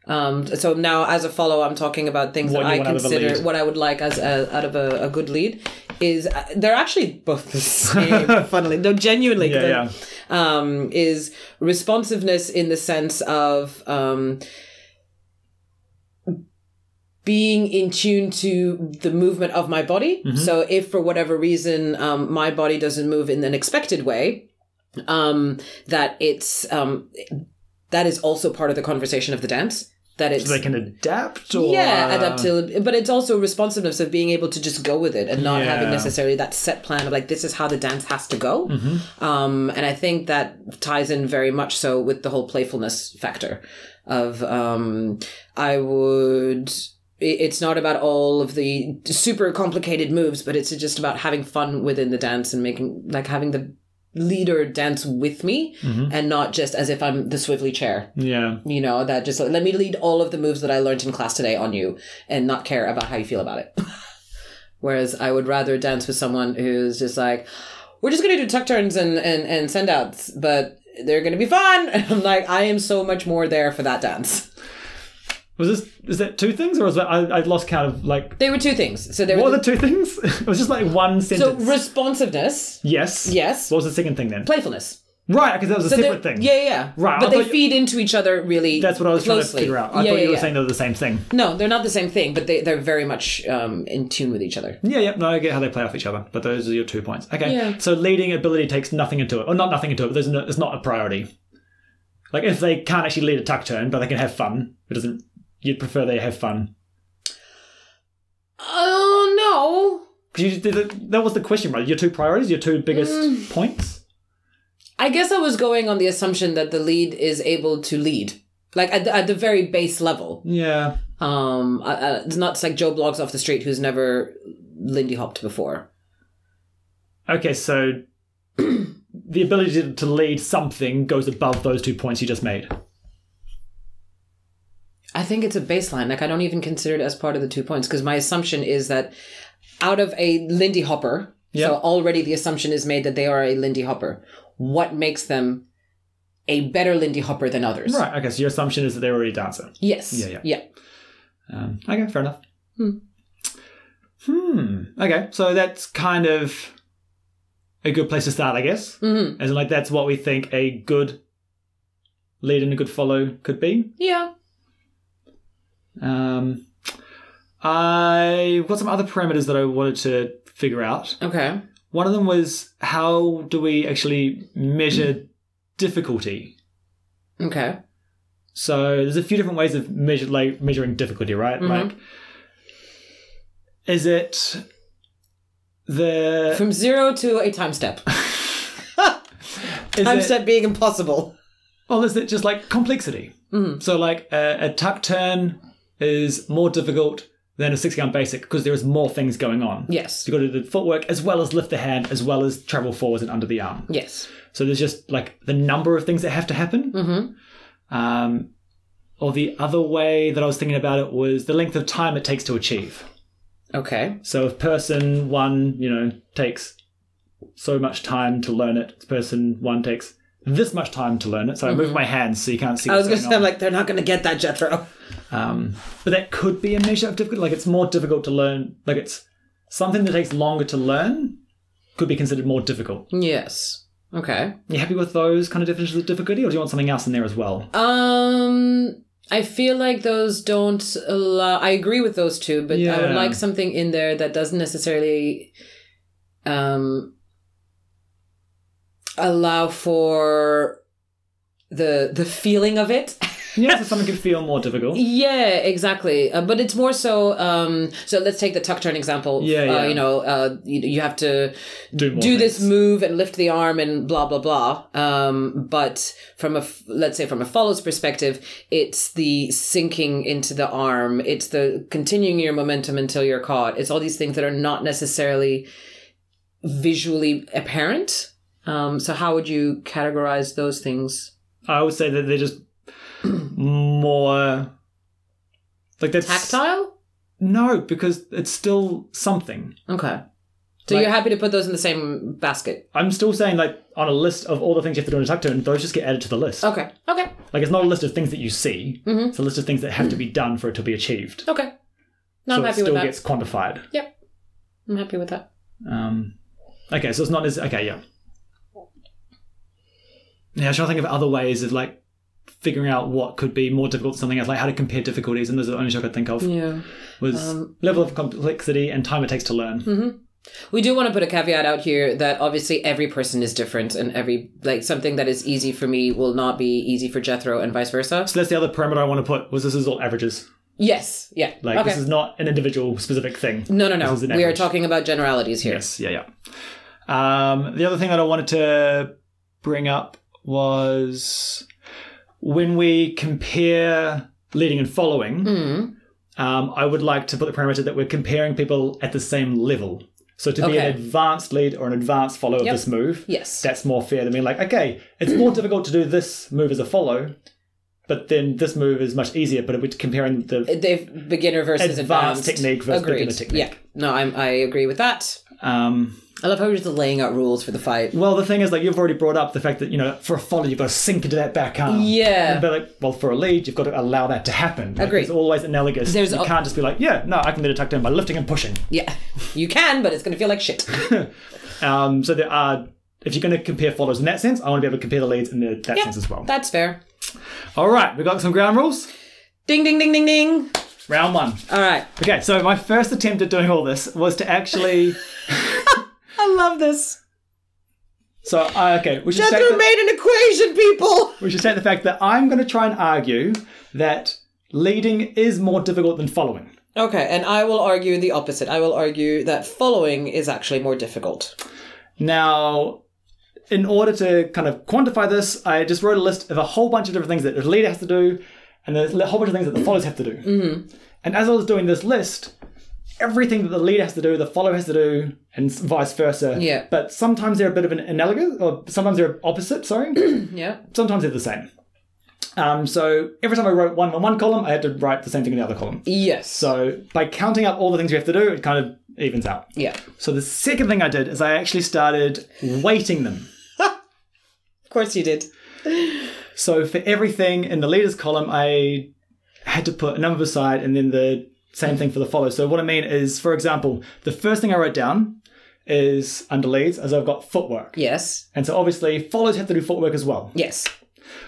[SPEAKER 1] Um, so now, as a follow, I'm talking about things
[SPEAKER 2] What
[SPEAKER 1] that
[SPEAKER 2] you
[SPEAKER 1] I
[SPEAKER 2] want out of a
[SPEAKER 1] consider
[SPEAKER 2] lead.
[SPEAKER 1] what I would like as a, out of a, a good lead. Is uh, they're actually both the same. funnily, no, genuinely.
[SPEAKER 2] Yeah,
[SPEAKER 1] they're-
[SPEAKER 2] yeah.
[SPEAKER 1] um, is responsiveness in the sense of um, being in tune to the movement of my body.
[SPEAKER 2] Mm-hmm.
[SPEAKER 1] So, if for whatever reason um, my body doesn't move in an expected way, um, that it's um, that is also part of the conversation of the dance. That it's
[SPEAKER 2] So they can adapt or
[SPEAKER 1] yeah, adaptability, but it's also responsiveness of being able to just go with it and not
[SPEAKER 2] Yeah.
[SPEAKER 1] having necessarily that set plan of like this is how the dance has to go. Um, and I think that ties in very much so with the whole playfulness factor of um, I would. i- It's not about all of the super complicated moves, but it's just about having fun within the dance and making like having the leader dance with me and not just as if I'm the swivelly chair
[SPEAKER 2] yeah
[SPEAKER 1] you know that just let me lead all of the moves that i learned in class today on you and not care about how you feel about it whereas i would rather dance with someone who's just like we're just going to do tuck turns and, and, and send outs but they're going to be fun and i'm like i am so much more there for that dance
[SPEAKER 2] was this is that two things or was that I, I lost count of like
[SPEAKER 1] they were two things so there
[SPEAKER 2] what were
[SPEAKER 1] was
[SPEAKER 2] the two things it was just like one
[SPEAKER 1] so
[SPEAKER 2] sentence
[SPEAKER 1] responsiveness
[SPEAKER 2] yes
[SPEAKER 1] yes
[SPEAKER 2] what was the second thing then
[SPEAKER 1] playfulness
[SPEAKER 2] right because that was a
[SPEAKER 1] So
[SPEAKER 2] separate
[SPEAKER 1] they're-
[SPEAKER 2] thing
[SPEAKER 1] yeah yeah, yeah
[SPEAKER 2] Right, I
[SPEAKER 1] but they
[SPEAKER 2] thought you-
[SPEAKER 1] feed into each other really
[SPEAKER 2] that's what I was
[SPEAKER 1] closely.
[SPEAKER 2] trying to figure out I
[SPEAKER 1] yeah,
[SPEAKER 2] thought
[SPEAKER 1] yeah,
[SPEAKER 2] you were
[SPEAKER 1] yeah.
[SPEAKER 2] saying they were the same thing
[SPEAKER 1] no they're not the same thing but they, they're very much um, in tune with each other
[SPEAKER 2] yeah yeah no I get how they play off each other but those are your two points okay
[SPEAKER 1] Yeah.
[SPEAKER 2] so leading ability takes nothing into it or not nothing into it but there's no, it's not a priority like if they can't actually lead a tuck turn but they can have fun it doesn't you'd prefer they have fun
[SPEAKER 1] oh no
[SPEAKER 2] Because you- th- th- that was the question, right? Your two priorities, your two biggest
[SPEAKER 1] Mm.
[SPEAKER 2] points.
[SPEAKER 1] I guess I was going on the assumption that the lead is able to lead, like at the, at the very base level.
[SPEAKER 2] Yeah.
[SPEAKER 1] Um, I, I, it's not like Joe Blogs off the street who's never Lindy hopped before.
[SPEAKER 2] Okay, so the ability to, to lead something goes above those two points you just made.
[SPEAKER 1] I think it's a baseline. Like I don't even consider it as part of the two points because my assumption is that out of a Lindy Hopper,
[SPEAKER 2] Yeah.
[SPEAKER 1] so already the assumption is made that they are a Lindy Hopper. What makes them a better Lindy Hopper than others?
[SPEAKER 2] Right. Okay. So your assumption is that they're already dancing.
[SPEAKER 1] Yes.
[SPEAKER 2] Yeah, yeah.
[SPEAKER 1] yeah.
[SPEAKER 2] Um, okay. Fair enough.
[SPEAKER 1] Hmm.
[SPEAKER 2] Hmm. Okay. So that's kind of a good place to start, I guess.
[SPEAKER 1] Mhm.
[SPEAKER 2] As in, like that's what we think a good lead and a good follow could be.
[SPEAKER 1] Yeah.
[SPEAKER 2] Um, I got some other parameters that I wanted to figure out.
[SPEAKER 1] Okay.
[SPEAKER 2] One of them was how do we actually measure difficulty?
[SPEAKER 1] Okay.
[SPEAKER 2] So there's a few different ways of measure, like measuring difficulty, right?
[SPEAKER 1] Mhm.
[SPEAKER 2] Like, is it the
[SPEAKER 1] From zero to a time step.
[SPEAKER 2] is
[SPEAKER 1] time
[SPEAKER 2] it-
[SPEAKER 1] step being impossible.
[SPEAKER 2] Well, is it just like complexity? So, like a, a tuck turn is more difficult than a six count basic because there is more things going on.
[SPEAKER 1] Yes.
[SPEAKER 2] So you've got to do the footwork as well as lift the hand as well as travel forwards and under the arm.
[SPEAKER 1] Yes.
[SPEAKER 2] So there's just like the number of things that have to happen. Um, or the other way that I was thinking about it was the length of time it takes to achieve.
[SPEAKER 1] Okay.
[SPEAKER 2] So if person one, you know, takes so much time to learn it, person one takes this much time to learn it. So I move my hands so you can't see.
[SPEAKER 1] Mm-hmm. I was
[SPEAKER 2] what's
[SPEAKER 1] gonna
[SPEAKER 2] going
[SPEAKER 1] say I'm
[SPEAKER 2] on.
[SPEAKER 1] like they're not gonna get that Jethro.
[SPEAKER 2] Um, but that could be a measure of difficulty. Like it's more difficult to learn. Like it's something that takes longer to learn could be considered more difficult.
[SPEAKER 1] Yes. Okay.
[SPEAKER 2] You happy with those kind of definitions of difficulty, or do you want something else in there as well?
[SPEAKER 1] Um, I feel like those don't allow. I agree with those two, but I would
[SPEAKER 2] Yeah.
[SPEAKER 1] like something in there that doesn't necessarily um allow for the the feeling of it.
[SPEAKER 2] yeah, so something could feel more difficult.
[SPEAKER 1] Yeah, exactly. Uh, but it's more so. Um, so let's take the tuck turn example.
[SPEAKER 2] Yeah,
[SPEAKER 1] Uh,
[SPEAKER 2] yeah.
[SPEAKER 1] you know, uh, you, you have to
[SPEAKER 2] Do more
[SPEAKER 1] do this
[SPEAKER 2] things.
[SPEAKER 1] move and lift the arm and blah blah blah. Um, but from a f- let's say from a follows perspective, it's the sinking into the arm. It's the continuing your momentum until you're caught. It's all these things that are not necessarily visually apparent. Um, so how would you categorize those things?
[SPEAKER 2] I would say that they're just more like that's
[SPEAKER 1] Tactile.
[SPEAKER 2] No, because it's still something.
[SPEAKER 1] Okay. So
[SPEAKER 2] Like-
[SPEAKER 1] you're happy to put those in the same basket.
[SPEAKER 2] I'm still saying like on a list of all the things you have to do in a tuck turn, those just get added to the list.
[SPEAKER 1] Okay. Mm-hmm. Okay.
[SPEAKER 2] Like it's not a list of things that you see. It's a list of things that have to be done for it to be achieved.
[SPEAKER 1] Okay. No,
[SPEAKER 2] so
[SPEAKER 1] I'm
[SPEAKER 2] it
[SPEAKER 1] happy
[SPEAKER 2] still
[SPEAKER 1] with that.
[SPEAKER 2] gets quantified.
[SPEAKER 1] Yep. I'm happy with that.
[SPEAKER 2] Um, okay, so it's not as okay. Yeah. Yeah, I'm trying to think of other ways of like figuring out what could be more difficult than something else, like how to compare difficulties, and those are the only two I could think of.
[SPEAKER 1] Yeah.
[SPEAKER 2] was
[SPEAKER 1] Um,
[SPEAKER 2] level of complexity and time it takes to learn.
[SPEAKER 1] mm. We do want to put a caveat out here that obviously every person is different and every like something that is easy for me will not be easy for Jethro and vice versa.
[SPEAKER 2] So that's the other parameter I want to put was this is all averages.
[SPEAKER 1] Yes. Yeah.
[SPEAKER 2] Like
[SPEAKER 1] okay.
[SPEAKER 2] this is not an individual specific thing.
[SPEAKER 1] no, no, no.
[SPEAKER 2] is an
[SPEAKER 1] We are
[SPEAKER 2] average.
[SPEAKER 1] talking about generalities here.
[SPEAKER 2] Yes, yeah, yeah. Um, the other thing that I wanted to bring up was when we compare leading and following,
[SPEAKER 1] Mm.
[SPEAKER 2] um, I would like to put the parameter that we're comparing people at the same level. So to be
[SPEAKER 1] Okay.
[SPEAKER 2] an advanced lead or an advanced follow of
[SPEAKER 1] Yep.
[SPEAKER 2] this move,
[SPEAKER 1] Yes.
[SPEAKER 2] that's more fair than being like, okay, it's more difficult to do this move as a follow, but then this move is much easier. But if we're comparing the
[SPEAKER 1] They've beginner versus
[SPEAKER 2] Advanced
[SPEAKER 1] advanced,
[SPEAKER 2] technique versus
[SPEAKER 1] Agreed.
[SPEAKER 2] beginner technique.
[SPEAKER 1] Yeah. No, I'm, I agree with that.
[SPEAKER 2] um,
[SPEAKER 1] I love how we're just laying out rules for the fight.
[SPEAKER 2] well, the thing is, like you've already brought up the fact that you know for a follow you've got to sink into that back arm.
[SPEAKER 1] Yeah.
[SPEAKER 2] But like, well, for a lead you've got to allow that to happen. Like,
[SPEAKER 1] Agreed.
[SPEAKER 2] It's always analogous.
[SPEAKER 1] There's
[SPEAKER 2] you
[SPEAKER 1] al-
[SPEAKER 2] can't just be like, yeah, no, I can get a tuck down by lifting and pushing.
[SPEAKER 1] Yeah. You can, but it's going to feel like shit.
[SPEAKER 2] Um, so there are. If you're going to compare follows in that sense, I want to be able to compare the leads in the, that sense as well.
[SPEAKER 1] That's fair.
[SPEAKER 2] All right, we've got some ground rules.
[SPEAKER 1] Ding, ding, ding, ding, ding.
[SPEAKER 2] Round one.
[SPEAKER 1] All right.
[SPEAKER 2] Okay, so my first attempt at doing all this was to actually.
[SPEAKER 1] I love this.
[SPEAKER 2] So I okay, we should state
[SPEAKER 1] Jethro
[SPEAKER 2] the-
[SPEAKER 1] made an equation, people.
[SPEAKER 2] we should state the fact that I'm going to try and argue that leading is more difficult than following.
[SPEAKER 1] Okay, and I will argue the opposite. I will argue that following is actually more difficult.
[SPEAKER 2] Now, in order to kind of quantify this, I just wrote a list of a whole bunch of different things that the leader has to do, and there's a whole bunch of things that the followers have to do. And as I was doing this list, everything that the leader has to do, the follower has to do, and s- vice versa.
[SPEAKER 1] Yeah.
[SPEAKER 2] But sometimes they're a bit of an analogous, or sometimes they're opposite. Sorry.
[SPEAKER 1] Yeah.
[SPEAKER 2] sometimes they're the same. Um, so every time I wrote one in one column, I had to write the same thing in the other column.
[SPEAKER 1] Yes.
[SPEAKER 2] So by counting up all the things we have to do, it kind of evens out.
[SPEAKER 1] yeah.
[SPEAKER 2] So the second thing I did is I actually started weighting them.
[SPEAKER 1] Of course you did.
[SPEAKER 2] So for everything in the leaders column, I had to put a number aside and then the same thing for the follow. So what I mean is, for example, the first thing I wrote down is under leads as I've got footwork.
[SPEAKER 1] Yes.
[SPEAKER 2] And so obviously follows have to do footwork as well.
[SPEAKER 1] Yes.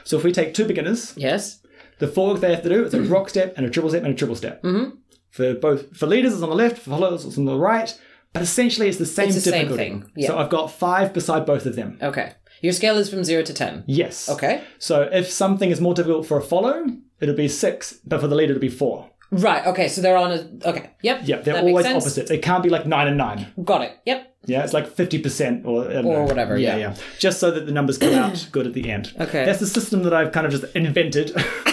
[SPEAKER 2] So if we take two beginners,
[SPEAKER 1] Yes.
[SPEAKER 2] the footwork they have to do is a rock step and a triple step and a triple step. Mm-hmm. For both for leaders it's on the left, for followers it's on the right. But essentially it's the same
[SPEAKER 1] It's the same
[SPEAKER 2] difficulty.
[SPEAKER 1] thing, yeah.
[SPEAKER 2] So I've got five beside both of them.
[SPEAKER 1] Okay. Your scale is from zero to ten.
[SPEAKER 2] Yes.
[SPEAKER 1] Okay.
[SPEAKER 2] So if something is more difficult for a follow, it'll be six, but for the leader, it'll be four.
[SPEAKER 1] Right. Okay. So they're on a. Okay. Yep.
[SPEAKER 2] Yeah, they're
[SPEAKER 1] that makes
[SPEAKER 2] always
[SPEAKER 1] sense.
[SPEAKER 2] opposites. It can't be like nine and nine.
[SPEAKER 1] Got it. Yep.
[SPEAKER 2] Yeah, it's like fifty percent or I don't
[SPEAKER 1] Or
[SPEAKER 2] know.
[SPEAKER 1] whatever,
[SPEAKER 2] Yeah,
[SPEAKER 1] yeah.
[SPEAKER 2] yeah. Just so that the numbers come out good at the end.
[SPEAKER 1] Okay.
[SPEAKER 2] That's the system that I've kind of just invented.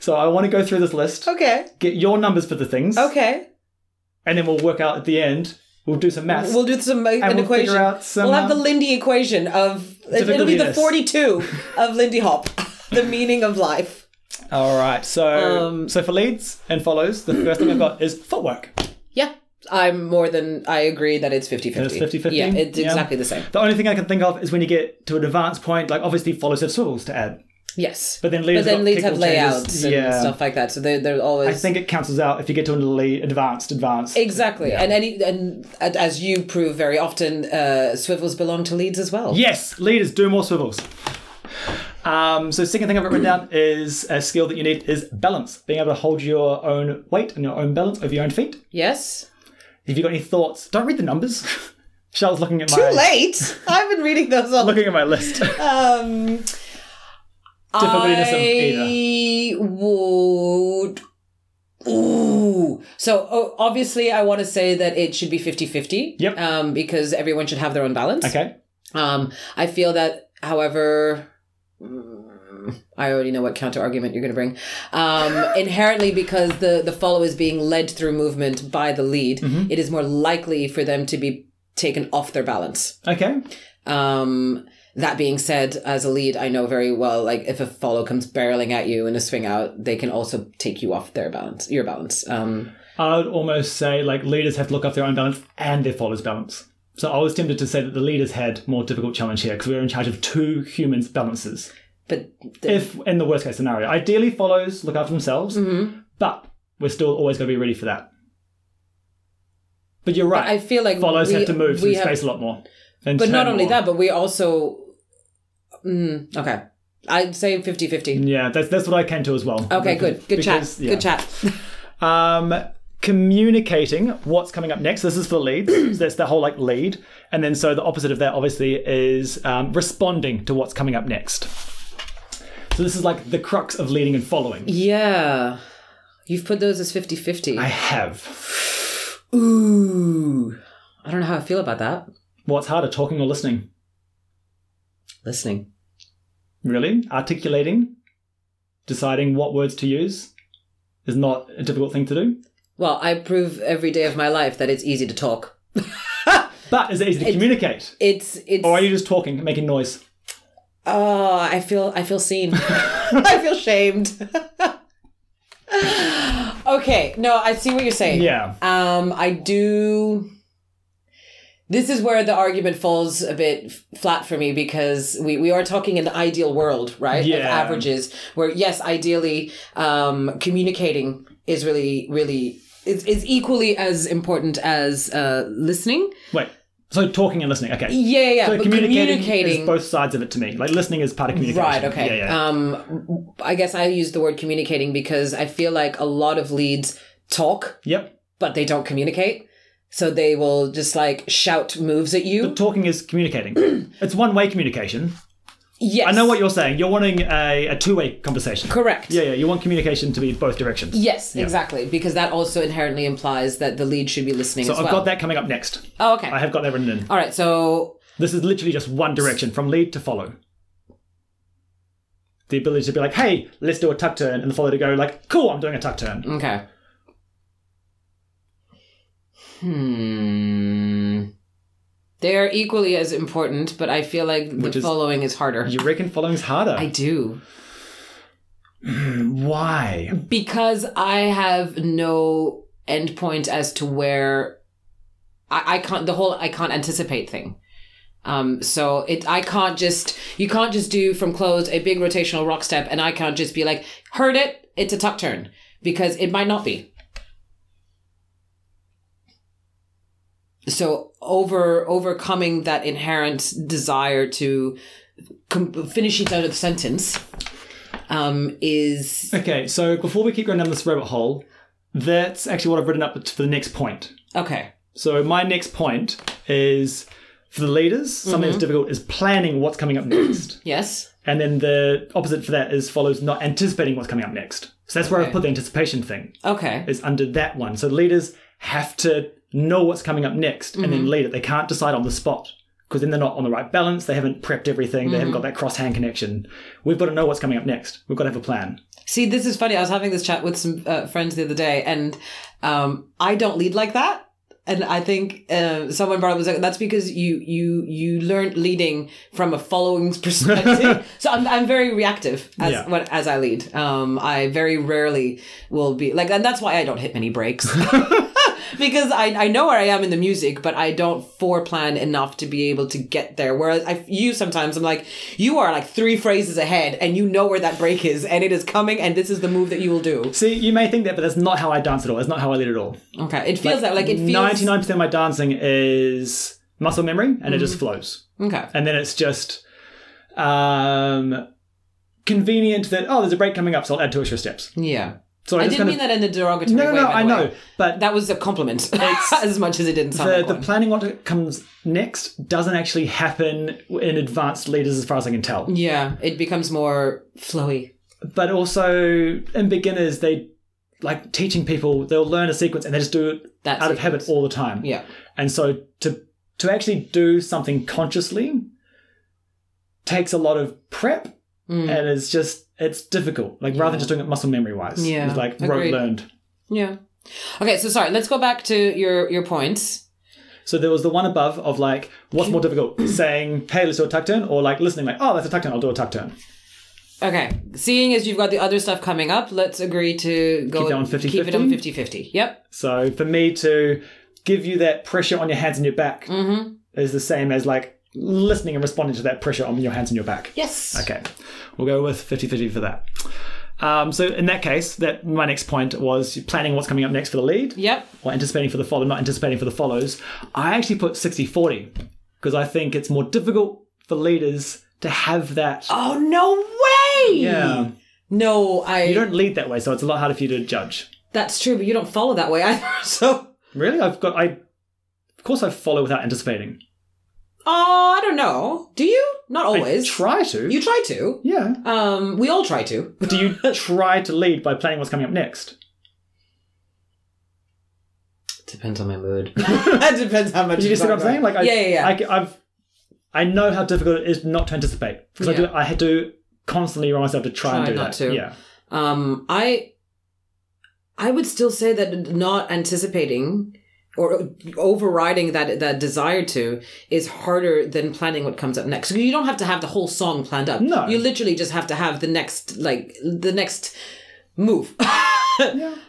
[SPEAKER 2] so I want to go through this list,
[SPEAKER 1] Okay.
[SPEAKER 2] get your numbers for the things,
[SPEAKER 1] Okay.
[SPEAKER 2] and then we'll work out at the end. We'll do some maths.
[SPEAKER 1] We'll do some an
[SPEAKER 2] we'll figure
[SPEAKER 1] equation.
[SPEAKER 2] out some,
[SPEAKER 1] we'll have the
[SPEAKER 2] um,
[SPEAKER 1] Lindy equation of it'll be the
[SPEAKER 2] difficultiness.
[SPEAKER 1] forty-two of Lindy Hop, the meaning of life.
[SPEAKER 2] All right. So
[SPEAKER 1] Um,
[SPEAKER 2] so for leads and follows, the first thing I've got is footwork.
[SPEAKER 1] Yeah. I'm more than I agree that it's 50-50.
[SPEAKER 2] It's 50-50?
[SPEAKER 1] Yeah, it's
[SPEAKER 2] Yeah.
[SPEAKER 1] exactly the same.
[SPEAKER 2] The only thing I can think of is when you get to an advanced point, like obviously follows have swivels to add.
[SPEAKER 1] Yes.
[SPEAKER 2] But then leads
[SPEAKER 1] but then
[SPEAKER 2] got
[SPEAKER 1] leads have
[SPEAKER 2] kickball changes.
[SPEAKER 1] layouts and
[SPEAKER 2] Yeah.
[SPEAKER 1] stuff like that. So they they're
[SPEAKER 2] I
[SPEAKER 1] always
[SPEAKER 2] think it cancels out if you get to an elite, advanced, advanced.
[SPEAKER 1] Exactly, and any and a- as you prove very often, uh, swivels belong to leads as well.
[SPEAKER 2] yes, leaders do more swivels. Um, so second thing I've written down is a skill that you need is balance, being able to hold your own weight and your own balance over your own feet.
[SPEAKER 1] Yes.
[SPEAKER 2] If you've got any thoughts, don't read the numbers. Shell's looking at my
[SPEAKER 1] Too late. I've been reading those all
[SPEAKER 2] looking at my list.
[SPEAKER 1] Um,
[SPEAKER 2] Difficultiness of
[SPEAKER 1] I would. Ooh. So oh, obviously, I want to say that it should be 50 50.
[SPEAKER 2] Yep.
[SPEAKER 1] Um, because everyone should have their own balance.
[SPEAKER 2] okay.
[SPEAKER 1] Um, I feel that, however. mm, I already know what counter argument you're going to bring. Um, inherently, because the the follow is being led through movement by the lead,
[SPEAKER 2] Mm-hmm.
[SPEAKER 1] it is more likely for them to be taken off their balance.
[SPEAKER 2] Okay.
[SPEAKER 1] Um, that being said, as a lead, I know very well, like if a follow comes barreling at you in a swing out, they can also take you off their balance, your balance. Um,
[SPEAKER 2] I would almost say like leaders have to look after their own balance and their followers' balance. So I was tempted to say that the leaders had more difficult challenge here because we were in charge of two humans' balances.
[SPEAKER 1] but th-
[SPEAKER 2] If in the worst case scenario, ideally follows look after themselves,
[SPEAKER 1] Mm-hmm.
[SPEAKER 2] but we're still always going to be ready for that. But you're right.
[SPEAKER 1] I feel like
[SPEAKER 2] follows
[SPEAKER 1] we-
[SPEAKER 2] have to move
[SPEAKER 1] we
[SPEAKER 2] through
[SPEAKER 1] have-
[SPEAKER 2] space a lot more.
[SPEAKER 1] but not only that, but we also, mm, okay, I'd say 50 50.
[SPEAKER 2] yeah, that's that's what I came to as well.
[SPEAKER 1] Okay, good. Good
[SPEAKER 2] Mm, Because-
[SPEAKER 1] chat.
[SPEAKER 2] yeah.
[SPEAKER 1] Good chat.
[SPEAKER 2] Um, communicating what's coming up next. This is for leads. so that's the whole like lead, and then so the opposite of that obviously is um, responding to what's coming up next. So this is like the crux of leading and following.
[SPEAKER 1] Yeah. You've put those as 50 50.
[SPEAKER 2] I have.
[SPEAKER 1] Ooh. I don't know how I feel about that.
[SPEAKER 2] What's harder, talking or listening?
[SPEAKER 1] Listening.
[SPEAKER 2] Really, articulating, deciding what words to use, is not a difficult thing to do.
[SPEAKER 1] Well, I prove every day of my life that it's easy to talk.
[SPEAKER 2] But is it easy to communicate?
[SPEAKER 1] It's it's.
[SPEAKER 2] Or are you just talking, and making noise?
[SPEAKER 1] Oh, I feel I feel seen. I feel shamed. okay, no, I see what you're saying.
[SPEAKER 2] Yeah.
[SPEAKER 1] Um, I do. This is where the argument falls a bit f- flat for me because we, we are talking an ideal world, right? Of
[SPEAKER 2] Yeah.
[SPEAKER 1] averages, where yes, ideally, um, communicating is really really is, is equally as important as uh, listening.
[SPEAKER 2] Wait. So talking and listening. Okay.
[SPEAKER 1] Yeah, yeah, yeah.
[SPEAKER 2] So
[SPEAKER 1] but
[SPEAKER 2] communicating,
[SPEAKER 1] communicating
[SPEAKER 2] is both sides of it to me. Like listening is part of communication.
[SPEAKER 1] Right. Okay.
[SPEAKER 2] Yeah, yeah.
[SPEAKER 1] Um, I guess I use the word communicating because I feel like a lot of leads talk,
[SPEAKER 2] yep.
[SPEAKER 1] but they don't communicate. So they will just like shout moves at you.
[SPEAKER 2] Talking is communicating. it's one-way communication.
[SPEAKER 1] Yes,
[SPEAKER 2] I know what you're saying. You're wanting a, a two-way conversation.
[SPEAKER 1] correct.
[SPEAKER 2] Yeah, yeah. You want communication to be both directions.
[SPEAKER 1] Yes, exactly. Because that also inherently implies that the lead should be listening
[SPEAKER 2] So
[SPEAKER 1] as
[SPEAKER 2] I've
[SPEAKER 1] well.
[SPEAKER 2] got that coming up next.
[SPEAKER 1] Oh, okay.
[SPEAKER 2] I have got that written in.
[SPEAKER 1] All right. So
[SPEAKER 2] This is literally just one direction from lead to follow. The ability to be like, hey, let's do a tuck turn, and the follow to go like, cool, I'm doing a tuck turn.
[SPEAKER 1] okay. Hmm. They are equally as important, but I feel like
[SPEAKER 2] Which
[SPEAKER 1] the
[SPEAKER 2] is-
[SPEAKER 1] Mm. following is harder.
[SPEAKER 2] You reckon following's harder?
[SPEAKER 1] I do.
[SPEAKER 2] Why?
[SPEAKER 1] because I have no endpoint as to where I, I can't the whole I can't anticipate thing. Um, so it I can't just you can't just do from closed a big rotational rock step and I can't just be like heard it it's a tuck turn because it might not be. So over overcoming that inherent desire to com- finish each other sentence um, is
[SPEAKER 2] Okay, so before we keep going down this rabbit hole, that's actually what I've written up for the next point.
[SPEAKER 1] Okay.
[SPEAKER 2] So my next point is for the leaders, something that's difficult is planning what's coming up next.
[SPEAKER 1] Yes.
[SPEAKER 2] and then the opposite for that is follows not anticipating what's coming up next. So that's where I've
[SPEAKER 1] Okay.
[SPEAKER 2] put the anticipation thing.
[SPEAKER 1] Okay.
[SPEAKER 2] is under that one. So leaders have to know what's coming up next and then lead it. They can't decide on the spot because then they're not on the right balance. They haven't prepped everything. They haven't got that cross hand connection. We've got to know what's coming up next. We've got to have a plan.
[SPEAKER 1] See, this is funny. I was having this chat with some uh, friends the other day, and um, I don't lead like that. And I think uh, someone brought up was like, that's because you you you learned leading from a following perspective. so I'm, I'm very reactive as
[SPEAKER 2] Yeah.
[SPEAKER 1] when, as I lead. Um, I very rarely will be like, and that's why I don't hit many breaks. because I, I know where I am in the music, but I don't foreplan enough to be able to get there. Whereas I, you sometimes, I'm like, you are like three phrases ahead and you know where that break is and it is coming and this is the move that you will do.
[SPEAKER 2] See, you may think that, but that's not how I dance at all. That's not how I lead at all.
[SPEAKER 1] Okay. It feels like, like it feels.
[SPEAKER 2] 99% of my dancing is muscle memory and it
[SPEAKER 1] Mm.
[SPEAKER 2] just flows.
[SPEAKER 1] Okay.
[SPEAKER 2] And then it's just um, convenient that, oh, there's a break coming up, so I'll add two extra steps.
[SPEAKER 1] Yeah.
[SPEAKER 2] So
[SPEAKER 1] I
[SPEAKER 2] just
[SPEAKER 1] didn't
[SPEAKER 2] kind
[SPEAKER 1] mean
[SPEAKER 2] of-
[SPEAKER 1] that in a derogatory
[SPEAKER 2] No,
[SPEAKER 1] way.
[SPEAKER 2] no, no,
[SPEAKER 1] by the
[SPEAKER 2] I
[SPEAKER 1] way.
[SPEAKER 2] know. But
[SPEAKER 1] That was a compliment as much as it didn't sound
[SPEAKER 2] the,
[SPEAKER 1] like
[SPEAKER 2] the
[SPEAKER 1] one.
[SPEAKER 2] planning what comes next doesn't actually happen in advanced leaders as far as I can tell.
[SPEAKER 1] yeah. It becomes more flowy.
[SPEAKER 2] But also in beginners, they like teaching people, they'll learn a sequence and they just do it
[SPEAKER 1] That
[SPEAKER 2] out of
[SPEAKER 1] sequence.
[SPEAKER 2] habit all the time.
[SPEAKER 1] Yeah.
[SPEAKER 2] And so to to actually do something consciously takes a lot of prep
[SPEAKER 1] Mm.
[SPEAKER 2] and it's just it's difficult. Like rather than just doing it muscle memory wise.
[SPEAKER 1] Yeah.
[SPEAKER 2] It's like
[SPEAKER 1] Agreed.
[SPEAKER 2] rote learned.
[SPEAKER 1] Yeah. Okay. So sorry. Let's go back to your, your points.
[SPEAKER 2] So there was the one above of like, what's more difficult? saying, hey, let's do a tuck turn, or like listening, like, oh, that's a tuck turn, I'll do a tuck turn.
[SPEAKER 1] Okay. Seeing as you've got the other stuff coming up, let's agree to go
[SPEAKER 2] Keep that on 50-50?
[SPEAKER 1] keep it on 50-50. Yep.
[SPEAKER 2] So for me to give you that pressure on your hands and your back
[SPEAKER 1] Mhm.
[SPEAKER 2] is the same as like listening and responding to that pressure on your hands and your back.
[SPEAKER 1] Yes.
[SPEAKER 2] Okay. We'll go with 50 50 for that. Um, so in that case, that my next point was planning what's coming up next for the lead.
[SPEAKER 1] Yep.
[SPEAKER 2] Or anticipating for the follow, not anticipating for the follows. I actually put 60 40 because I think it's more difficult for leaders to have that.
[SPEAKER 1] Oh no way.
[SPEAKER 2] Yeah.
[SPEAKER 1] No, I
[SPEAKER 2] You don't lead that way, so it's a lot harder for you to judge.
[SPEAKER 1] that's true, but you don't follow that way either. So
[SPEAKER 2] Really? I've got I of course I follow without anticipating.
[SPEAKER 1] Oh, I don't know. Do you? Not
[SPEAKER 2] I
[SPEAKER 1] always.
[SPEAKER 2] try to.
[SPEAKER 1] you try to.
[SPEAKER 2] yeah.
[SPEAKER 1] Um we all try to.
[SPEAKER 2] Do you try to lead by planning what's coming up next?
[SPEAKER 1] Depends on my mood. that depends how much
[SPEAKER 2] Do you see what I'm saying? Like I,
[SPEAKER 1] Yeah, yeah, yeah.
[SPEAKER 2] I, have I know how difficult it is not to anticipate because I
[SPEAKER 1] Yeah.
[SPEAKER 2] do. I had to constantly remind myself to try, and
[SPEAKER 1] Try
[SPEAKER 2] do
[SPEAKER 1] not
[SPEAKER 2] that.
[SPEAKER 1] to.
[SPEAKER 2] Yeah.
[SPEAKER 1] Um, I I would still say that not anticipating or overriding that that desire to is harder than planning what comes up next. So you don't have to have the whole song planned up.
[SPEAKER 2] No.
[SPEAKER 1] you literally just have to have the next like the next move.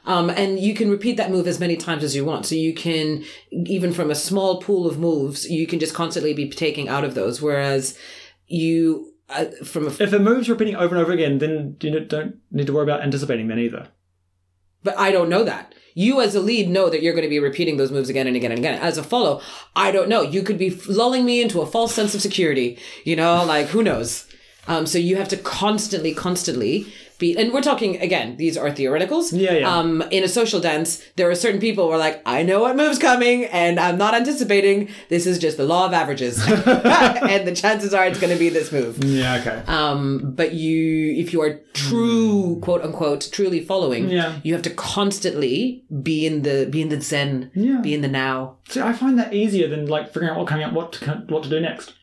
[SPEAKER 1] Um, and you can repeat that move as many times as you want. So you can, even from a small pool of moves, you can just constantly be taking out of those. Whereas you, uh, from a
[SPEAKER 2] If it moves repeating over and over again, then you don't- don't need to worry about anticipating then either.
[SPEAKER 1] But I don't know that. You as a lead know that you're going to be repeating those moves again and again and again. As a follow, I don't know. You could be lulling me into a false sense of security. You know, like who knows? Um, so you have to constantly, constantly be. And we're talking again; these are theoreticals.
[SPEAKER 2] Yeah, yeah.
[SPEAKER 1] Um, in a social dance, there are certain people who are like, "I know what move's coming, and I'm not anticipating. This is just the law of averages, and the chances are it's going to be this move."
[SPEAKER 2] Yeah. Okay.
[SPEAKER 1] Um, but you, if you are true, quote unquote, truly following,
[SPEAKER 2] Hmm. Yeah.
[SPEAKER 1] you have to constantly be in the be in the zen,
[SPEAKER 2] Yeah.
[SPEAKER 1] be in the now.
[SPEAKER 2] See, I find that easier than like figuring out what coming up, what to, what to do next.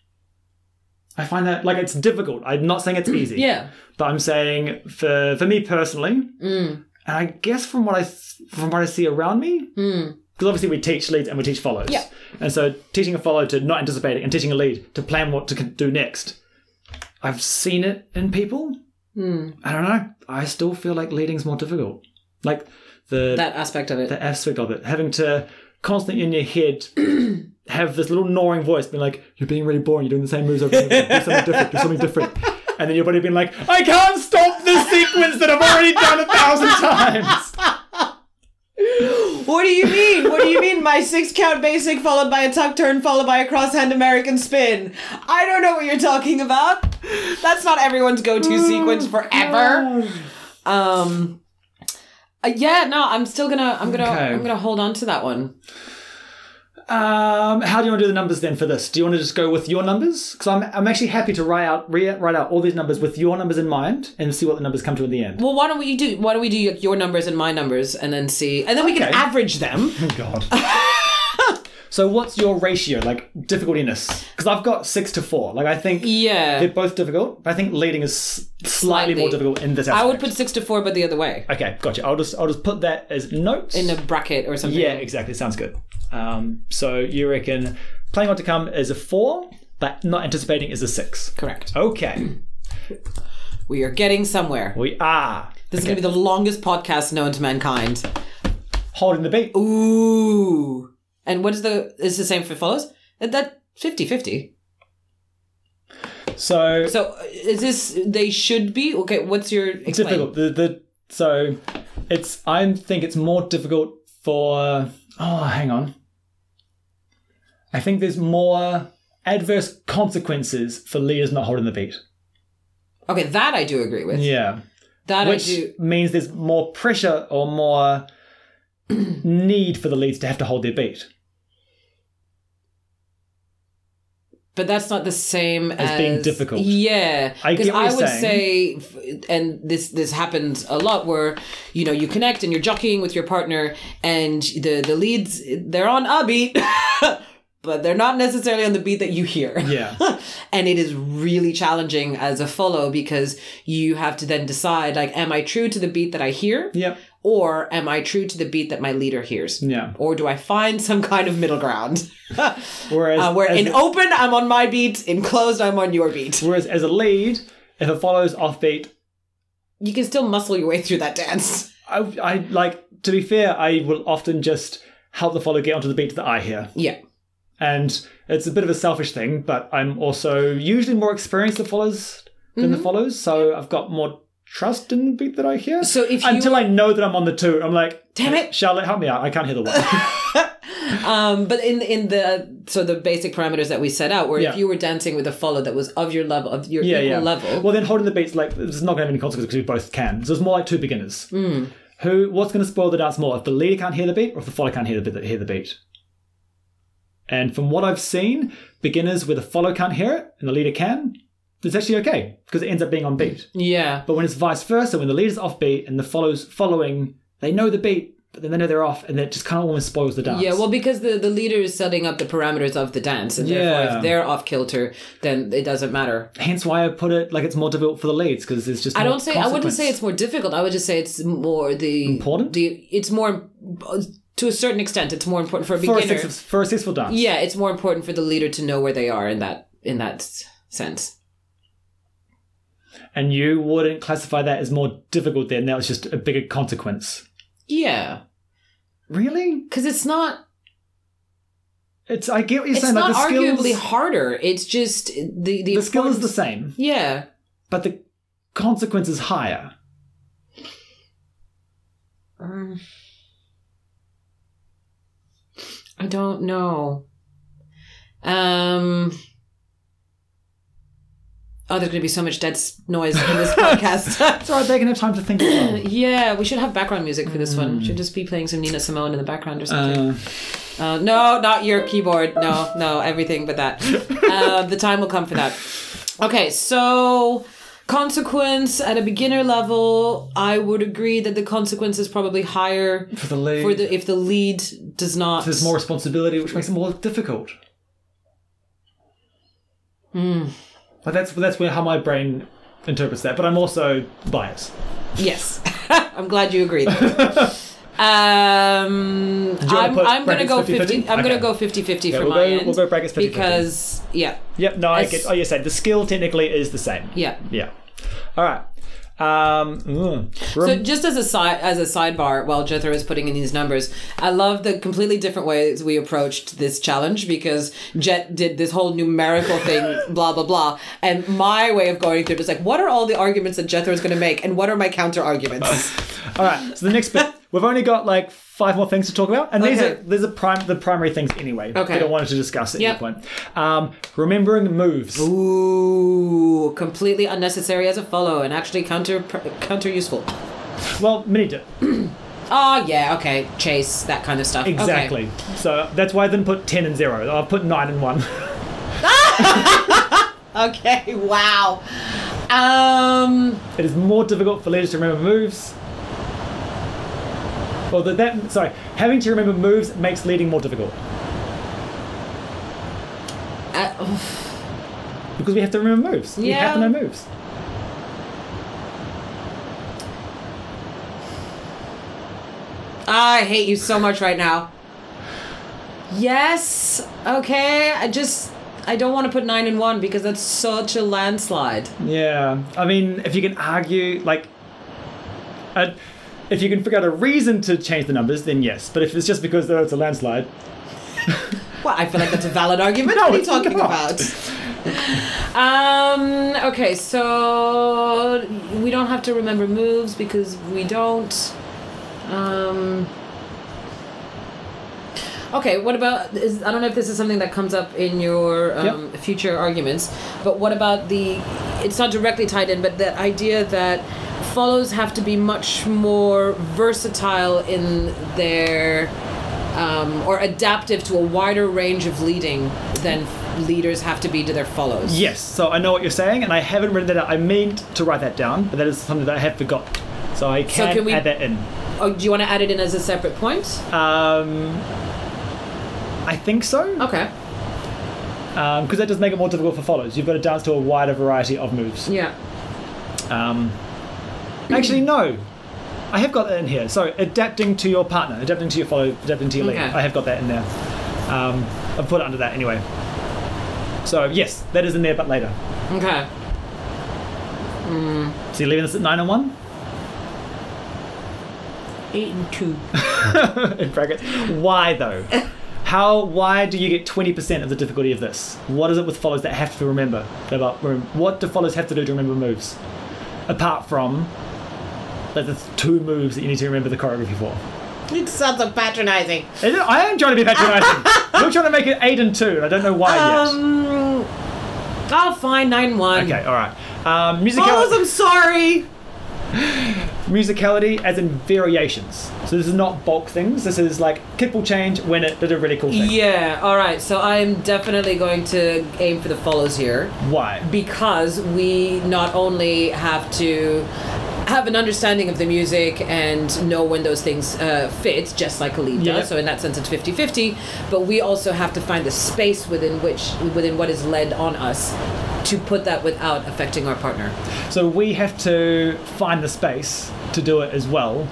[SPEAKER 2] I find that like it's difficult. I'm not saying it's easy.
[SPEAKER 1] Yeah,
[SPEAKER 2] but I'm saying for for me personally,
[SPEAKER 1] Mm.
[SPEAKER 2] and I guess from what I s- from what I see around me, because obviously we teach leads and we teach follows,
[SPEAKER 1] Mm. Yeah.
[SPEAKER 2] and so teaching a follow to not anticipate it and teaching a lead to plan what to c- do next. I've seen it in people,
[SPEAKER 1] Mm.
[SPEAKER 2] I don't know. I still feel like leading's more difficult. Like the
[SPEAKER 1] That aspect of it.
[SPEAKER 2] the aspect of it, having to constantly in your head have this little gnawing voice being like, "You're being really boring. You're doing the same moves over and over. again. Do something different. Do something different." And then your body being like, "I can't stop this sequence that I've already done a thousand times."
[SPEAKER 4] What do you mean? What do you mean? My six count basic followed by a tuck turn followed by a crosshand American spin. I don't know what you're talking about. That's not everyone's go
[SPEAKER 2] Oh,
[SPEAKER 4] to sequence forever. Um, uh, yeah, no, I'm still gonna, I'm gonna,
[SPEAKER 2] Okay.
[SPEAKER 4] I'm gonna hold on to that one.
[SPEAKER 2] Um, how do you want to do the numbers then for this? Do you want to just go with your numbers? Because I'm, I'm actually happy to write out re- write out all these numbers with your numbers in mind and see what the numbers come to in the end.
[SPEAKER 1] well, why don't we do? Why don't we do your- your numbers and my numbers, and then see, and then we
[SPEAKER 2] Okay.
[SPEAKER 1] can average them.
[SPEAKER 2] Oh God. so what's your ratio, like difficultiness? Because I've got six to four. Like I think
[SPEAKER 1] Yeah,
[SPEAKER 2] they're both difficult, but I think leading is s-
[SPEAKER 1] Slightly.
[SPEAKER 2] slightly, more difficult in this. Aspect.
[SPEAKER 1] I would put six to four, but the other way
[SPEAKER 2] Okay, gotcha. I'll just I'll just put that as notes.
[SPEAKER 1] in a bracket or something.
[SPEAKER 2] yeah, exactly. Sounds good. Um, so you reckon playing on to come is a four, but not anticipating is a six.
[SPEAKER 1] correct.
[SPEAKER 2] Okay,
[SPEAKER 1] We are getting somewhere.
[SPEAKER 2] we are
[SPEAKER 1] This is gonna be the longest podcast known to mankind.
[SPEAKER 2] holding the beat.
[SPEAKER 1] Ooh. And what is the is the same for follows? That- That 50-50.
[SPEAKER 2] So
[SPEAKER 1] So uh, is this they should be? Okay, what's your explain?
[SPEAKER 2] difficult. The, the so it's I think it's more difficult for oh hang on. I think there's more adverse consequences for leaders not holding the beat.
[SPEAKER 1] Okay, that I do agree with.
[SPEAKER 2] Yeah,
[SPEAKER 1] That
[SPEAKER 2] which
[SPEAKER 1] I do
[SPEAKER 2] means there's more pressure or more need for the leads to have to hold their beat
[SPEAKER 1] but that's not the same as,
[SPEAKER 2] as being difficult.
[SPEAKER 1] Yeah,
[SPEAKER 2] I
[SPEAKER 1] because
[SPEAKER 2] get what
[SPEAKER 1] I
[SPEAKER 2] you're
[SPEAKER 1] would
[SPEAKER 2] saying.
[SPEAKER 1] say, f- and this this happens a lot, where you know you connect and you're jockeying with your partner, and the the leads they're on a beat, but they're not necessarily on the beat that you hear.
[SPEAKER 2] Yeah.
[SPEAKER 1] and it is really challenging as a follow because you have to then decide like, am I true to the beat that I hear,
[SPEAKER 2] Yep.
[SPEAKER 1] or am I true to the beat that my leader hears?
[SPEAKER 2] Yeah.
[SPEAKER 1] Or do I find some kind of middle ground?
[SPEAKER 2] Whereas
[SPEAKER 1] Uh, where
[SPEAKER 2] as
[SPEAKER 1] in
[SPEAKER 2] a-
[SPEAKER 1] open, I'm on my beat. In closed, I'm on your beat.
[SPEAKER 2] whereas as a lead, if it follows offbeat,
[SPEAKER 1] You can still muscle your way through that dance.
[SPEAKER 2] I, I like to be fair, I will often just help the follow get onto the beat that I hear.
[SPEAKER 1] Yeah.
[SPEAKER 2] and it's a bit of a selfish thing, but I'm also usually more experienced at follows than
[SPEAKER 1] Mm-hmm.
[SPEAKER 2] the follows, so I've got more trust in the beat that I hear.
[SPEAKER 1] So if you-
[SPEAKER 2] until I know that I'm on the two, I'm like,
[SPEAKER 1] Damn it.
[SPEAKER 2] Charlotte, help me out. I can't hear the one.
[SPEAKER 1] Um, but in in the so the basic parameters that we set out, where
[SPEAKER 2] Yeah.
[SPEAKER 1] if you were dancing with a follow that was of your level, of your
[SPEAKER 2] yeah,
[SPEAKER 1] equal
[SPEAKER 2] yeah.
[SPEAKER 1] level,
[SPEAKER 2] Well, then holding the beat's like it's not going to have any consequences because we both can. So it's more like two beginners.
[SPEAKER 1] Hmm.
[SPEAKER 2] Who? What's going to spoil the dance more? If the leader can't hear the beat, or if the follower can't hear the beat, hear the beat? And from what I've seen, beginners where the follower can't hear it and the leader can, it's actually okay because it ends up being on beat.
[SPEAKER 1] yeah,
[SPEAKER 2] But when it's vice versa, when the leader's off beat and the follows following, they know the beat, but then they know they're off, and that just kind of almost spoils the dance.
[SPEAKER 1] yeah. Well, because the the leader is setting up the parameters of the dance, and therefore,
[SPEAKER 2] Yeah.
[SPEAKER 1] if they're off kilter, then it doesn't matter.
[SPEAKER 2] hence why I put it like it's more difficult for the leads because there's just
[SPEAKER 1] I
[SPEAKER 2] more
[SPEAKER 1] don't say I wouldn't say
[SPEAKER 2] consequence.
[SPEAKER 1] it's more difficult. I would just say it's more the
[SPEAKER 2] Important?
[SPEAKER 1] The it's more to a certain extent. It's more important for a
[SPEAKER 2] for a,
[SPEAKER 1] beginner.
[SPEAKER 2] success, for a successful dance.
[SPEAKER 1] yeah, it's more important for the leader to know where they are in that in that s- sense.
[SPEAKER 2] and you wouldn't classify that as more difficult then that was just a bigger consequence
[SPEAKER 1] Yeah,
[SPEAKER 2] really
[SPEAKER 1] because it's not
[SPEAKER 2] it's i get what you're
[SPEAKER 1] it's
[SPEAKER 2] saying
[SPEAKER 1] not
[SPEAKER 2] like the
[SPEAKER 1] arguably
[SPEAKER 2] skills
[SPEAKER 1] harder. It's just the the,
[SPEAKER 2] the skill is the
[SPEAKER 1] importance-
[SPEAKER 2] same
[SPEAKER 1] yeah.
[SPEAKER 2] but the consequence is higher
[SPEAKER 1] I don't know. Um. Oh, there's going to be so much dead s- noise in this podcast.
[SPEAKER 2] it's all right they can have time to think as
[SPEAKER 1] yeah, we should have background music for this
[SPEAKER 2] Mm.
[SPEAKER 1] one. Should just be playing some Nina Simone in the background or something.
[SPEAKER 2] well. Uh,
[SPEAKER 1] Uh, no, not your keyboard. No, no, everything but that. Uh, the time will come for that. Okay, so consequence at a beginner level, I would agree that the consequence is probably higher
[SPEAKER 2] for the lead
[SPEAKER 1] for the if the lead does not.
[SPEAKER 2] there's more responsibility which makes it more difficult
[SPEAKER 1] Hmm.
[SPEAKER 2] but that's that's where how my brain interprets that but i'm also biased
[SPEAKER 1] Yes, I'm glad you agreed. Um,
[SPEAKER 2] you wanna
[SPEAKER 1] I'm,
[SPEAKER 2] put
[SPEAKER 1] I'm gonna
[SPEAKER 2] brackets
[SPEAKER 1] go
[SPEAKER 2] 50-50?
[SPEAKER 1] 50. I'm gonna
[SPEAKER 2] Okay.
[SPEAKER 1] go 50-50 for
[SPEAKER 2] we'll
[SPEAKER 1] my
[SPEAKER 2] go-
[SPEAKER 1] end
[SPEAKER 2] we'll go brackets 50-50.
[SPEAKER 1] because yeah,
[SPEAKER 2] yep no i
[SPEAKER 1] As-
[SPEAKER 2] get oh you're saying the skill technically is the same
[SPEAKER 1] yeah.
[SPEAKER 2] Yeah. All right. Um, mm.
[SPEAKER 1] So
[SPEAKER 2] Rem-
[SPEAKER 1] just as a side as a sidebar, while Jethro is putting in these numbers, I love the completely different ways we approached this challenge because Jet did this whole numerical thing, blah blah blah, and my way of going through it was like, what are all the arguments that Jethro is going to make, and what are my counter arguments?
[SPEAKER 2] all right. So the next bit, we've only got like five more things to talk about, and these
[SPEAKER 1] Okay.
[SPEAKER 2] are these are prime the primary things anyway.
[SPEAKER 1] Okay.
[SPEAKER 2] We don't want to discuss at
[SPEAKER 1] Yep.
[SPEAKER 2] any point. Um, remembering moves.
[SPEAKER 1] Ooh, completely unnecessary as a follow, and actually counter counter useful.
[SPEAKER 2] Well, mini did
[SPEAKER 1] Oh yeah, okay, chase that kind of stuff. Okay.
[SPEAKER 2] exactly. So that's why I didn't put ten and zero. I put nine and one.
[SPEAKER 1] Okay, wow. Um,
[SPEAKER 2] It is more difficult for leaders to remember moves. Well, that, that sorry, having to remember moves makes leading more difficult
[SPEAKER 1] uh,
[SPEAKER 2] because we have to remember moves. We have to
[SPEAKER 1] Yeah.
[SPEAKER 2] know moves.
[SPEAKER 1] I hate you so much right now. Yes. Okay. I just I don't want to put nine and one because that's such a landslide.
[SPEAKER 2] Yeah, I mean, if you can argue like, uh, if you can figure out a reason to change the numbers, then yes. But if it's just because though it's a landslide,
[SPEAKER 1] Well, I feel like that's a valid argument. what are you
[SPEAKER 2] it's
[SPEAKER 1] talking
[SPEAKER 2] not.
[SPEAKER 1] about? um. Okay. So we don't have to remember moves because we don't. Um. Okay, what about is I don't know if this is something that comes up in your um, future arguments, but what about the it's not directly tied in, but that idea that follows have to be much more versatile in their um, or adaptive to a wider range of leading than leaders have to be to their follows.
[SPEAKER 2] yes. So I know what you're saying, and I haven't written that out. I meant to write that down, but that is something that I have forgot. So I can,
[SPEAKER 1] can we-
[SPEAKER 2] add that in.
[SPEAKER 1] Oh, do you want to add it in as a separate point?
[SPEAKER 2] Um, I think so.
[SPEAKER 1] okay.
[SPEAKER 2] because Um, that does make it more difficult for follows. You've got to dance to a wider variety of moves.
[SPEAKER 1] Yeah.
[SPEAKER 2] Um, actually, no, I have got that in here. So adapting to your partner, adapting to your follow, adapting to your lead.
[SPEAKER 1] Okay.
[SPEAKER 2] I have got that in there. Um, I've put it under that anyway. So yes, that is in there, but later.
[SPEAKER 1] Okay.
[SPEAKER 2] So you're leaving this at nine and one
[SPEAKER 1] Eight and two.
[SPEAKER 2] in brackets. Why though? How? Why do you get twenty percent of the difficulty of this? What is it with follows that have to remember about rem- what do follows have to do to remember moves? Apart from that, the two moves that you need to remember the choreography for.
[SPEAKER 1] it sounds so patronizing.
[SPEAKER 2] Is it- I am trying to be patronising. You're trying to make it eight and two. and I don't know why
[SPEAKER 1] Um. Oh, fine, nine one.
[SPEAKER 2] yet. Okay, all right. Um,
[SPEAKER 1] Follows,
[SPEAKER 2] musicality,
[SPEAKER 1] I'm sorry.
[SPEAKER 2] musicality as in variations. So this is not bulk things. This is like kick will change when it did a really cool thing.
[SPEAKER 1] Yeah. All right. So I'm definitely going to aim for the follows here.
[SPEAKER 2] Why?
[SPEAKER 1] because we not only have to have an understanding of the music and know when those things uh, fit, just like a lead
[SPEAKER 2] Yeah.
[SPEAKER 1] does. So in that sense, it's 50-50. But we also have to find the space within which, within what is led on us, to put that without affecting our partner.
[SPEAKER 2] So we have to find the space to do it as well.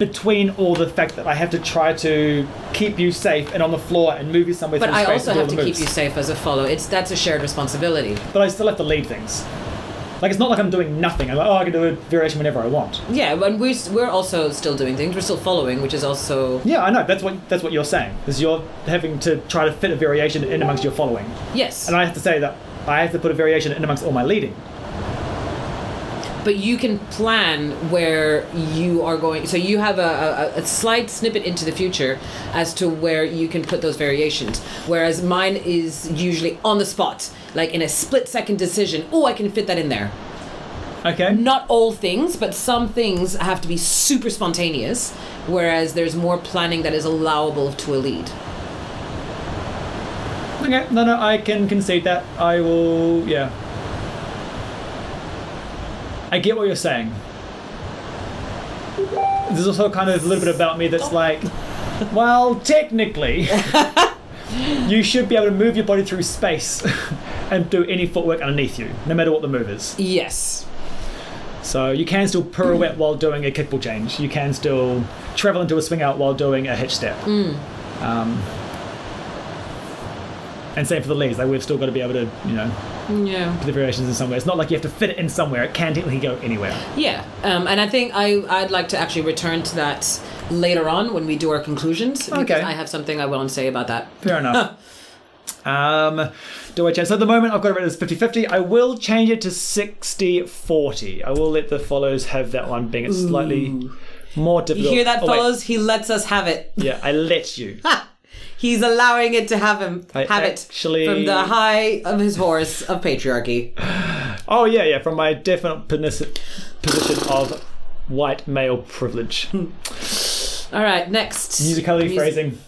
[SPEAKER 2] Between all the fact that I have to try to keep you safe and on the floor and move you somewhere
[SPEAKER 1] But
[SPEAKER 2] through
[SPEAKER 1] I
[SPEAKER 2] space
[SPEAKER 1] also
[SPEAKER 2] and do
[SPEAKER 1] have
[SPEAKER 2] all
[SPEAKER 1] to
[SPEAKER 2] the
[SPEAKER 1] keep
[SPEAKER 2] moves.
[SPEAKER 1] you safe as a follow. It's that's a shared responsibility.
[SPEAKER 2] But I still have to lead things. Like it's not like I'm doing nothing. I'm like, oh, I can do a variation whenever I want.
[SPEAKER 1] Yeah, and we're s- we're also still doing things. We're still following, which is also
[SPEAKER 2] Yeah, I know. That's what that's what you're saying. Is you're having to try to fit a variation in amongst your following,
[SPEAKER 1] yes.
[SPEAKER 2] and I have to say that I have to put a variation in amongst all my leading.
[SPEAKER 1] But you can plan where you are going. So you have a, a, a slight snippet into the future as to where you can put those variations. Whereas mine is usually on the spot, like in a split second decision. Oh, I can fit that in there.
[SPEAKER 2] Okay.
[SPEAKER 1] Not all things, but some things have to be super spontaneous. Whereas there's more planning that is allowable to a lead.
[SPEAKER 2] Okay. No, no. I can concede that. I will. Yeah. I get what you're saying. There's also kind of a little bit about me that's like, well, technically, you should be able to move your body through space and do any footwork underneath you, no matter what the move is.
[SPEAKER 1] Yes.
[SPEAKER 2] So you can still pirouette while doing a kickball change. You can still travel into a swing out while doing a hitch step.
[SPEAKER 1] Mm.
[SPEAKER 2] Um, and same for the leads. Like we've still got to be able to, you know,
[SPEAKER 1] Yeah.
[SPEAKER 2] the variations in somewhere. It's not like you have to fit it in somewhere. It can technically go anywhere.
[SPEAKER 1] Yeah, um, and I think I I'd like to actually return to that later on when we do our conclusions. because
[SPEAKER 2] Okay.
[SPEAKER 1] I have something I want to say about that.
[SPEAKER 2] Fair enough. um, do I change? So at the moment, I've got it rated as 50 50. I will change it to 60 40. I will let the follows have that one being it's slightly more
[SPEAKER 1] You
[SPEAKER 2] difficult.
[SPEAKER 1] hear that,
[SPEAKER 2] Oh, wait.
[SPEAKER 1] follows? He lets us have it.
[SPEAKER 2] Yeah, I let you.
[SPEAKER 1] He's allowing it to have him
[SPEAKER 2] I
[SPEAKER 1] have
[SPEAKER 2] actually-
[SPEAKER 1] it from the high of his horse of patriarchy.
[SPEAKER 2] oh, yeah, yeah, from my definite position, position of white male privilege.
[SPEAKER 1] All right, next
[SPEAKER 2] Musically
[SPEAKER 1] Music-
[SPEAKER 2] phrasing.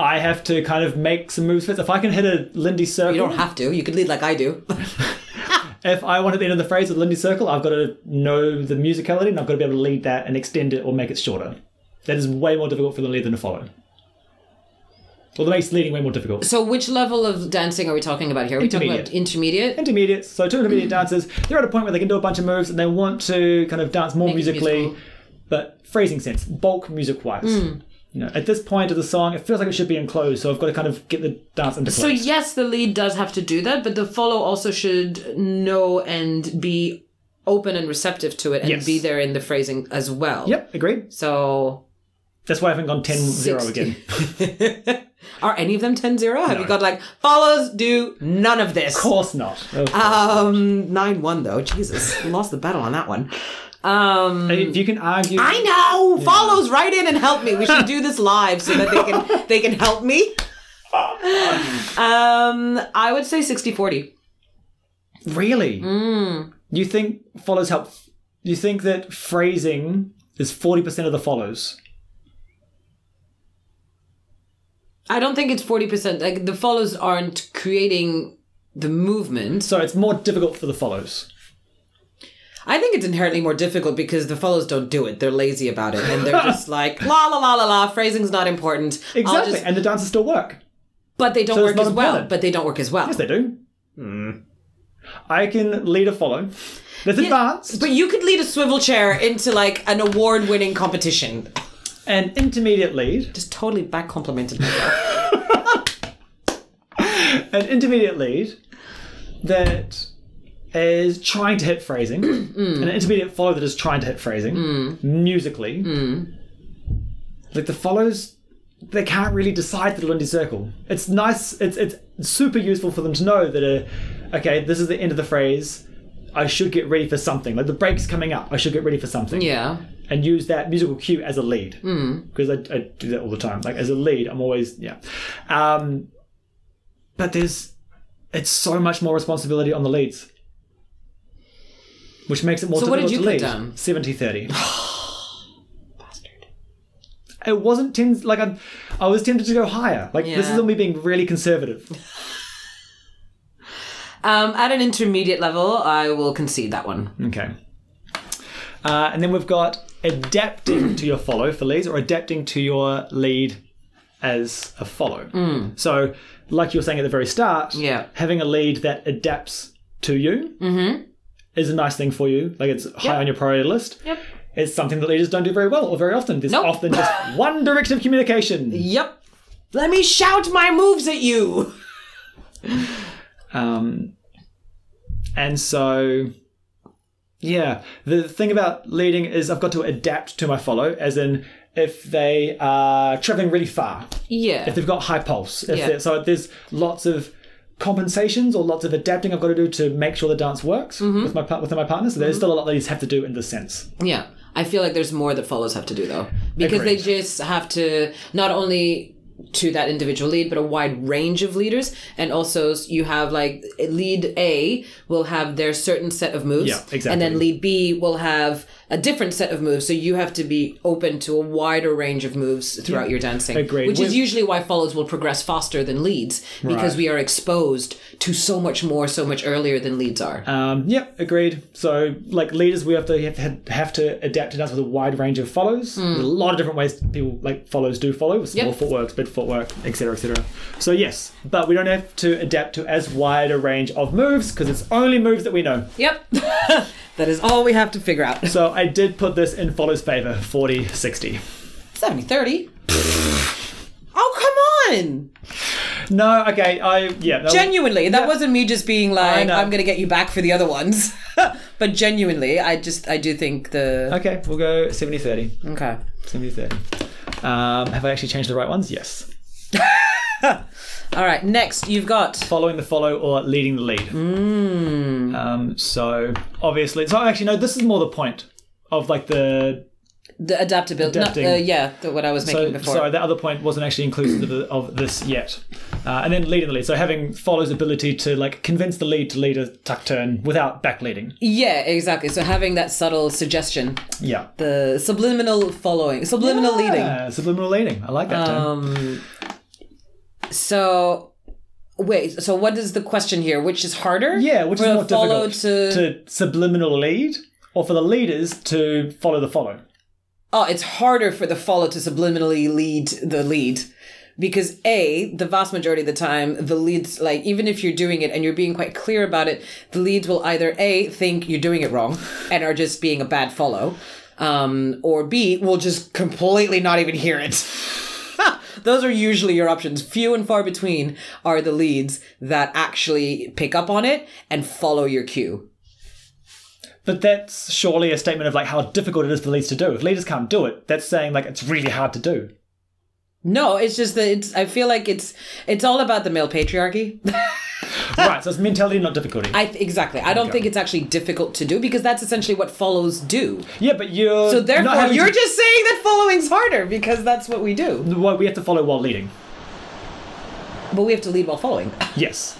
[SPEAKER 2] I have to kind of make some moves. If I can hit a Lindy circle,
[SPEAKER 1] You don't have to. You could lead like I do.
[SPEAKER 2] if I want at the end of the phrase with Lindy Circle, I've got to know the musicality and I've got to be able to lead that and extend it or make it shorter. That is way more difficult for the lead than to follow. Well, that makes leading way more difficult.
[SPEAKER 1] so, which level of dancing are we talking about here? Are we talking about intermediate?
[SPEAKER 2] Intermediates, so two intermediate
[SPEAKER 1] Mm.
[SPEAKER 2] dancers, they're at a point where they can do a bunch of moves and they want to kind of dance more
[SPEAKER 1] Make it
[SPEAKER 2] musically,
[SPEAKER 1] musical.
[SPEAKER 2] but phrasing sense, bulk music wise.
[SPEAKER 1] Mm.
[SPEAKER 2] You know, at this point of the song, it feels like it should be enclosed, so I've got to kind of get the dance into place.
[SPEAKER 1] So yes, the lead does have to do that, but the follow also should know and be open and receptive to it and
[SPEAKER 2] Yes.
[SPEAKER 1] be there in the phrasing as well.
[SPEAKER 2] Yep, agreed.
[SPEAKER 1] So
[SPEAKER 2] That's why I haven't gone 10 0
[SPEAKER 1] 60.
[SPEAKER 2] again.
[SPEAKER 1] are any of them 10 0? Have you got like follows do none of this?
[SPEAKER 2] Of course not. Of course
[SPEAKER 1] Um 9 1 though. Jesus. lost the battle on that one. Um
[SPEAKER 2] If you can argue.
[SPEAKER 1] I know. Follows right in and help me. We should do this live so that they can they can help me. Um I would say 60 40.
[SPEAKER 2] Really?
[SPEAKER 1] Mm.
[SPEAKER 2] You think follows help? You think that phrasing is forty percent of the follows?
[SPEAKER 1] I don't think it's forty percent. Like the follows aren't creating the movement.
[SPEAKER 2] So it's more difficult for the follows.
[SPEAKER 1] I think it's inherently more difficult because the follows don't do it. They're lazy about it, and they're just like la la la la la. Phrasing's not important. I'll
[SPEAKER 2] Exactly,
[SPEAKER 1] just-
[SPEAKER 2] and the dances still work.
[SPEAKER 1] but they don't
[SPEAKER 2] So it's
[SPEAKER 1] work
[SPEAKER 2] not
[SPEAKER 1] as well.
[SPEAKER 2] important.
[SPEAKER 1] But they don't work as well.
[SPEAKER 2] Yes, they do. I can lead a follow. That's advanced
[SPEAKER 1] but you could lead a swivel chair into like an award-winning competition.
[SPEAKER 2] and intermediate lead.
[SPEAKER 1] Just totally back complimented myself.
[SPEAKER 2] An intermediate lead that is trying to hit phrasing, and an intermediate follow that is trying to hit phrasing musically. Like the follows, they can't really decide the Lindy circle. It's nice. It's it's super useful for them to know that. Uh, okay, this is the end of the phrase. I should get ready for something. Like the break's coming up. I should get ready for something.
[SPEAKER 1] yeah.
[SPEAKER 2] And use that musical cue as a lead.
[SPEAKER 1] Hmm.
[SPEAKER 2] Because I, I do that all the time. Like as a lead, I'm always, yeah. Um, but there's, it's so much more responsibility on the leads. Which makes it more
[SPEAKER 1] So what
[SPEAKER 2] difficult
[SPEAKER 1] did you
[SPEAKER 2] to
[SPEAKER 1] put
[SPEAKER 2] lead.
[SPEAKER 1] down?
[SPEAKER 2] 70 30. It wasn't ten like I, I was tempted to go higher. Like this
[SPEAKER 1] Yeah.
[SPEAKER 2] is on me being really conservative.
[SPEAKER 1] Um, at an intermediate level, I will concede that one.
[SPEAKER 2] Okay. Uh, and then we've got adapting to your follow for leads or adapting to your lead as a follow. So, like you were saying at the very start,
[SPEAKER 1] Mm. Yeah. Mm-hmm.
[SPEAKER 2] having a lead that adapts to you is a nice thing for you. Like it's high on your priority list. Yep. It's something that leaders don't do very well or very often. There's
[SPEAKER 1] Nope.
[SPEAKER 2] often just one direction of communication.
[SPEAKER 1] Yep. Let me shout my moves at you.
[SPEAKER 2] Um, and so, yeah, the thing about leading is I've got to adapt to my follow, as in if they are traveling really far,
[SPEAKER 1] Yeah.
[SPEAKER 2] if they've got high pulse. If
[SPEAKER 1] Yeah.
[SPEAKER 2] they're- So there's lots of compensations or lots of adapting I've got to do to make sure the dance works with my par- within my partner. So there's still a lot that you have to do in this sense.
[SPEAKER 1] Yeah. I feel like there's more that follows have to do though. Because
[SPEAKER 2] Agreed.
[SPEAKER 1] they just have to not only to that individual lead, but a wide range of leaders. And also s- you have like lead A will have their certain set of moves.
[SPEAKER 2] Yeah, exactly.
[SPEAKER 1] And then lead B will have a different set of moves. So you have to be open to a wider range of moves throughout your dancing.
[SPEAKER 2] Agreed.
[SPEAKER 1] Which is
[SPEAKER 2] With-
[SPEAKER 1] usually why follows will progress faster than leads because
[SPEAKER 2] Right.
[SPEAKER 1] we are exposed to so much more so much earlier than leads are.
[SPEAKER 2] Um, yep, agreed. So, like leaders, we have to have to, have to adapt to dance with a wide range of follows. There's a lot of different ways people like follows do follow with small
[SPEAKER 1] Yep.
[SPEAKER 2] footworks, big footwork, etc., etc. So yes, but we don't have to adapt to as wide a range of moves because it's only moves that we know.
[SPEAKER 1] yep. that is all we have to figure out.
[SPEAKER 2] So I did put this in follows favor 40-60.
[SPEAKER 1] 70 30. oh, come on!
[SPEAKER 2] No, okay, I yeah. that was-
[SPEAKER 1] Genuinely, that wasn't me just being like,
[SPEAKER 2] know.
[SPEAKER 1] I'm gonna get you back for the other ones. but genuinely, I just I do think the
[SPEAKER 2] okay, we'll go 70-30.
[SPEAKER 1] okay.
[SPEAKER 2] 70-30. Um, have I actually changed the right ones? Yes.
[SPEAKER 1] All right, next you've got
[SPEAKER 2] following the follow or leading the lead.
[SPEAKER 1] Hmm.
[SPEAKER 2] Um, so obviously, so actually, no. This is more the point of like the
[SPEAKER 1] the adaptability. Not,
[SPEAKER 2] Adapting.
[SPEAKER 1] uh, yeah, the, what I was making
[SPEAKER 2] so
[SPEAKER 1] before.
[SPEAKER 2] sorry. That other point wasn't actually inclusive of- of this yet. Uh, and then leading the lead. So having follows ability to like convince the lead to lead a tuck turn without back leading.
[SPEAKER 1] Yeah, exactly. So having that subtle suggestion,
[SPEAKER 2] Yeah.
[SPEAKER 1] the subliminal following, subliminal leading.
[SPEAKER 2] Yeah, subliminal leading. I like that term.
[SPEAKER 1] Um, so wait, so what is the question here? Which is harder?
[SPEAKER 2] Yeah, which is
[SPEAKER 1] For the
[SPEAKER 2] more
[SPEAKER 1] follow
[SPEAKER 2] difficult
[SPEAKER 1] to,
[SPEAKER 2] to subliminal lead or for the leaders to follow the follow.
[SPEAKER 1] oh, it's harder for the follow to subliminally lead the lead. Because A, the vast majority of the time, the leads, like, even if you're doing it and you're being quite clear about it, the leads will either A, think you're doing it wrong and are just being a bad follow, um, or B, will just completely not even hear it. Those are usually your options. Few and far between are the leads that actually pick up on it and follow your cue.
[SPEAKER 2] But that's surely a statement of like how difficult it is for leaders to do. If leaders can't do it, that's saying like it's really hard to do.
[SPEAKER 1] No, it's just that it's, I feel like it's, it's all about the male patriarchy.
[SPEAKER 2] right, so it's mentality, not difficulty.
[SPEAKER 1] I th- exactly. I don't think it's actually difficult to do because that's essentially what follows do.
[SPEAKER 2] yeah, but you're
[SPEAKER 1] So
[SPEAKER 2] not
[SPEAKER 1] therefore,
[SPEAKER 2] having
[SPEAKER 1] you're
[SPEAKER 2] to-
[SPEAKER 1] just saying that following's harder because that's what we do.
[SPEAKER 2] well, we have to follow while leading.
[SPEAKER 1] But we have to lead while following,
[SPEAKER 2] Yes,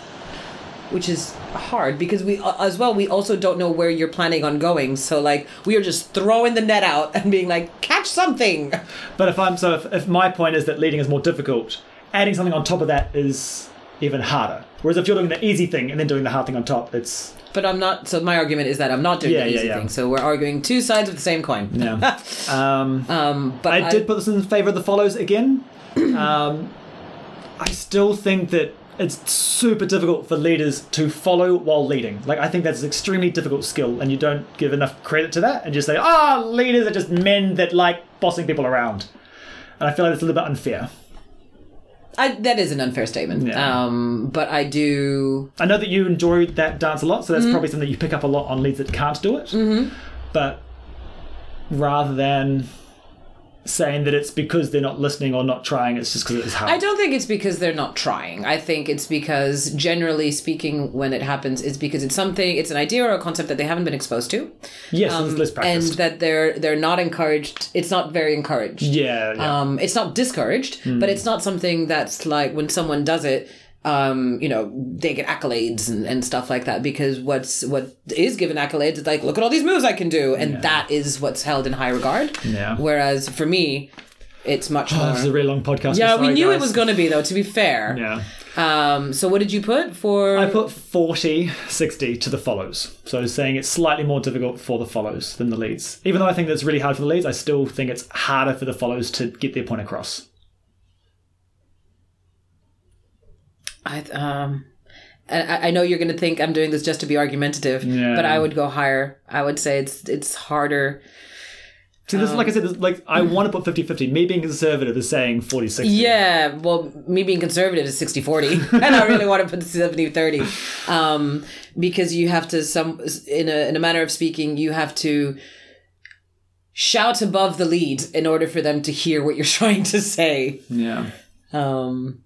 [SPEAKER 1] which is hard because we uh, as well we also don't know where you're planning on going. So like we are just throwing the net out and being like catch something.
[SPEAKER 2] but if I'm so, if, if my point is that leading is more difficult, adding something on top of that is even harder. Whereas if you're doing the easy thing and then doing the hard thing on top, it's
[SPEAKER 1] But I'm not. So my argument is that I'm not doing
[SPEAKER 2] Yeah,
[SPEAKER 1] the
[SPEAKER 2] yeah,
[SPEAKER 1] easy
[SPEAKER 2] yeah.
[SPEAKER 1] thing. So we're arguing two sides of the same coin.
[SPEAKER 2] yeah. um,
[SPEAKER 1] Um, but
[SPEAKER 2] I did put this in favor of the follows again. um, I still think that it's super difficult for leaders to follow while leading. Like I think that's an extremely difficult skill, and you don't give enough credit to that, and just say, "Ah, leaders are just men that like bossing people around." And I feel like it's a little bit unfair.
[SPEAKER 1] I, that is an unfair statement.
[SPEAKER 2] Yeah.
[SPEAKER 1] Um, but I do.
[SPEAKER 2] I know that you enjoy that dance a lot, so that's
[SPEAKER 1] Mm-hmm.
[SPEAKER 2] probably something that you pick up a lot on leads that can't do it. But rather than saying that it's because they're not listening or not trying, it's just because it's hard.
[SPEAKER 1] I don't think it's because they're not trying. I think it's because, generally speaking, when it happens, it's because it's something, it's an idea or a concept that they haven't been exposed to,
[SPEAKER 2] yes, it's less
[SPEAKER 1] um, and
[SPEAKER 2] practiced.
[SPEAKER 1] that they're they're not encouraged. It's not very encouraged.
[SPEAKER 2] Yeah, Hmm. yeah.
[SPEAKER 1] Um, it's not discouraged, but it's not something that's like when someone does it. Um, you know, they get accolades and, and stuff like that because what's what is given accolades is like, look at all these moves I can do, and that is what's held in high regard.
[SPEAKER 2] Yeah.
[SPEAKER 1] Whereas for me, it's much more.
[SPEAKER 2] this is a really long podcast.
[SPEAKER 1] Uh, yeah,
[SPEAKER 2] I'm sorry,
[SPEAKER 1] we knew
[SPEAKER 2] guys.
[SPEAKER 1] it was going to be though. To be fair,
[SPEAKER 2] Yeah.
[SPEAKER 1] um, so what did you put for?
[SPEAKER 2] I put 40, 60 to the follows. So saying it's slightly more difficult for the follows than the leads. Even though I think that's really hard for the leads, I still think it's harder for the follows to get their point across.
[SPEAKER 1] I um, and I, I know you're going to think I'm doing this just to be argumentative,
[SPEAKER 2] Yeah.
[SPEAKER 1] but I would go higher. I would say it's it's harder.
[SPEAKER 2] See, this is like I said, this, like I want to put 50 50. Me being conservative is saying 40, 60.
[SPEAKER 1] Mm. Yeah, well, me being conservative is 60 40, and I really want to put 70 30. Um, because you have to, some in a, in a manner of speaking, you have to shout above the lead in order for them to hear what you're trying to say.
[SPEAKER 2] Yeah.
[SPEAKER 1] Um,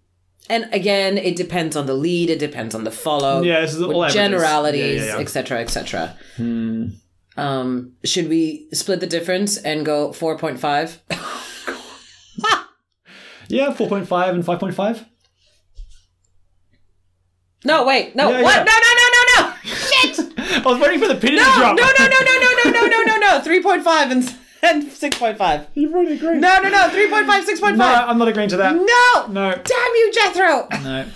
[SPEAKER 1] and again, it depends on the lead, it depends on the follow.
[SPEAKER 2] Yeah, this is all
[SPEAKER 1] with
[SPEAKER 2] averages.
[SPEAKER 1] generalities,
[SPEAKER 2] Yeah, Hmm. yeah, yeah.
[SPEAKER 1] etc., etc. Um, should we split the difference and go four point five?
[SPEAKER 2] Yeah, 4.5 and 5.5.
[SPEAKER 1] No, wait, no,
[SPEAKER 2] Yeah,
[SPEAKER 1] what?
[SPEAKER 2] yeah.
[SPEAKER 1] No, no, no, no, no! Shit!
[SPEAKER 2] I was waiting for the pin to
[SPEAKER 1] No, no,
[SPEAKER 2] drop.
[SPEAKER 1] no, no, no, no, no, no, no, no, no! Three point five and and six point five.
[SPEAKER 2] You've already agreed.
[SPEAKER 1] No, no, no! Three point five, six point
[SPEAKER 2] No,
[SPEAKER 1] five.
[SPEAKER 2] I'm not agreeing to that.
[SPEAKER 1] No!
[SPEAKER 2] No. Mm.
[SPEAKER 1] Damn you, Jethro!
[SPEAKER 2] No.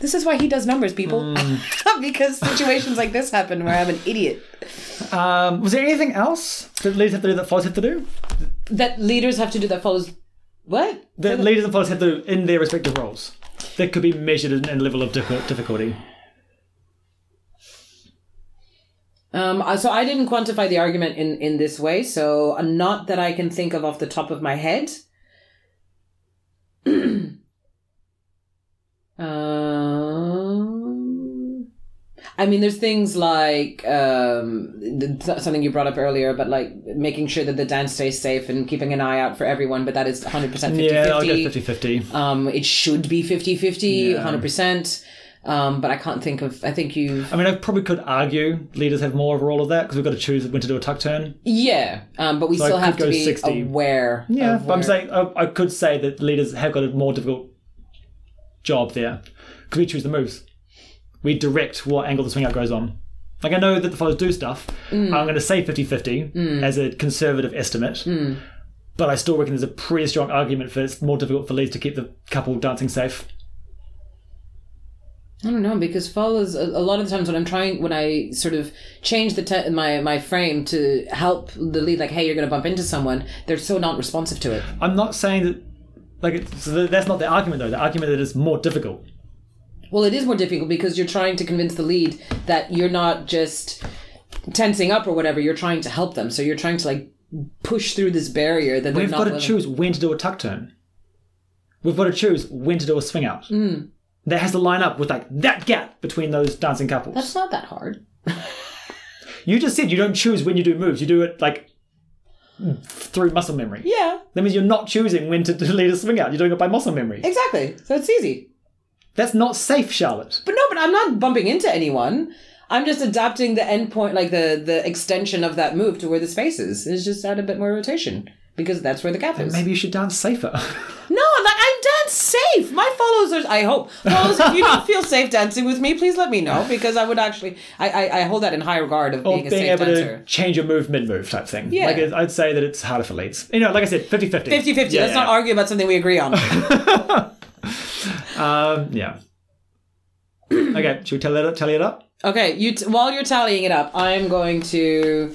[SPEAKER 1] This is why he does numbers, people.
[SPEAKER 2] Mm.
[SPEAKER 1] because situations like this happen where I'm an idiot.
[SPEAKER 2] Um, was there anything else that leaders have to do that follows have to do?
[SPEAKER 1] That leaders have to do that follows what?
[SPEAKER 2] that leaders and followers have to do in their respective roles that could be measured in, in level of diffi- difficulty.
[SPEAKER 1] Um, uh, so I didn't quantify the argument in, in this way, so uh, not that I can think of off the top of my head. Um, I mean, there's things like um, th- th- something you brought up earlier, but like making sure that the dance stays safe and keeping an eye out for everyone, but that is 100% 50
[SPEAKER 2] Yeah, I'll go 50 50.
[SPEAKER 1] Um, it should be 50 50,
[SPEAKER 2] Yeah.
[SPEAKER 1] 100%. Um, but I can't think of. I think you.
[SPEAKER 2] I mean, I probably could argue leaders have more over all of that because we've got to choose when to do a tuck turn.
[SPEAKER 1] Yeah, um, but we
[SPEAKER 2] I
[SPEAKER 1] still
[SPEAKER 2] could
[SPEAKER 1] have to
[SPEAKER 2] go
[SPEAKER 1] be
[SPEAKER 2] 60.
[SPEAKER 1] aware.
[SPEAKER 2] Yeah,
[SPEAKER 1] of
[SPEAKER 2] but I'm
[SPEAKER 1] where-
[SPEAKER 2] saying I, I could say that leaders have got a more difficult job there because we choose the moves. We direct what angle the swing out goes on. Like I know that the followers do stuff. I'm going to say 50-50 as a conservative estimate, but I still reckon there's a pretty strong argument for it's more difficult for leads to keep the couple dancing safe.
[SPEAKER 1] I don't know because follows a, a lot of the times when I'm trying when I sort of change the te- my my frame to help the lead like hey you're gonna bump into someone they're so not responsive to it
[SPEAKER 2] I'm not saying that. Like it's, so that- that's not the argument though. The argument that it's more difficult.
[SPEAKER 1] well it is more difficult because you're trying to convince the lead that you're not just tensing up or whatever you're trying to help them so you're trying to like push through this barrier that they're
[SPEAKER 2] We've
[SPEAKER 1] not
[SPEAKER 2] got to
[SPEAKER 1] willing-
[SPEAKER 2] choose when to do a tuck turn. We've got to choose when to do a swing out.
[SPEAKER 1] Hmm.
[SPEAKER 2] That has to line up with like that gap between those dancing couples.
[SPEAKER 1] that's not that hard
[SPEAKER 2] You just said you don't choose when you do moves. You do it like through muscle memory.
[SPEAKER 1] yeah
[SPEAKER 2] That means you're not choosing when to do- lead a swing out. You're doing it by muscle memory.
[SPEAKER 1] exactly so it's easy
[SPEAKER 2] That's not safe, Charlotte.
[SPEAKER 1] But no, but I'm not bumping into anyone. I'm just adapting the endpoint, like the the extension of that move to where the space is. It's just add a bit more rotation because that's where the gap is.
[SPEAKER 2] Maybe you should dance safer.
[SPEAKER 1] No, like I'm dance safe. My followers are. I hope followers. if you don't feel safe dancing with me, please let me know because I would actually. I I, I hold that in high regard of
[SPEAKER 2] or
[SPEAKER 1] being a
[SPEAKER 2] being
[SPEAKER 1] safe
[SPEAKER 2] able
[SPEAKER 1] dancer.
[SPEAKER 2] to change your move mid move type thing.
[SPEAKER 1] Yeah.
[SPEAKER 2] Like it- I'd say that it's harder for leads. You know, like I said, 50 50.
[SPEAKER 1] 50 50. Let's not argue about something we agree on.
[SPEAKER 2] Um, yeah. okay, should we tally it up? Tally it up?
[SPEAKER 1] okay, you t- while you're tallying it up, I'm going to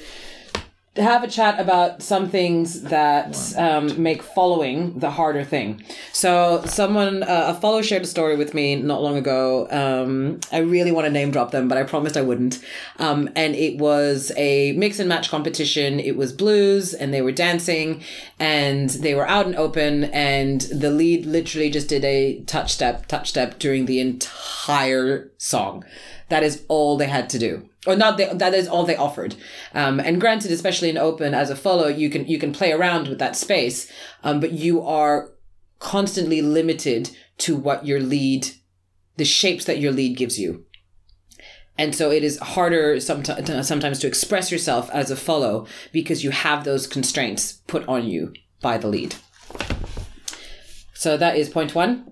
[SPEAKER 1] have a chat about some things that um, make following the harder thing. So, someone, uh, a follow shared a story with me not long ago. Um, I really want to name drop them, but I promised I wouldn't. Um, and it was a mix and match competition. It was blues, and they were dancing, and they were out and open, and the lead literally just did a touch step, touch step during the entire song. That is all they had to do or not they, that is all they offered um, and granted especially in open as a follow you can you can play around with that space um, but you are constantly limited to what your lead the shapes that your lead gives you and so it is harder sometimes sometimes to express yourself as a follow because you have those constraints put on you by the lead so that is point one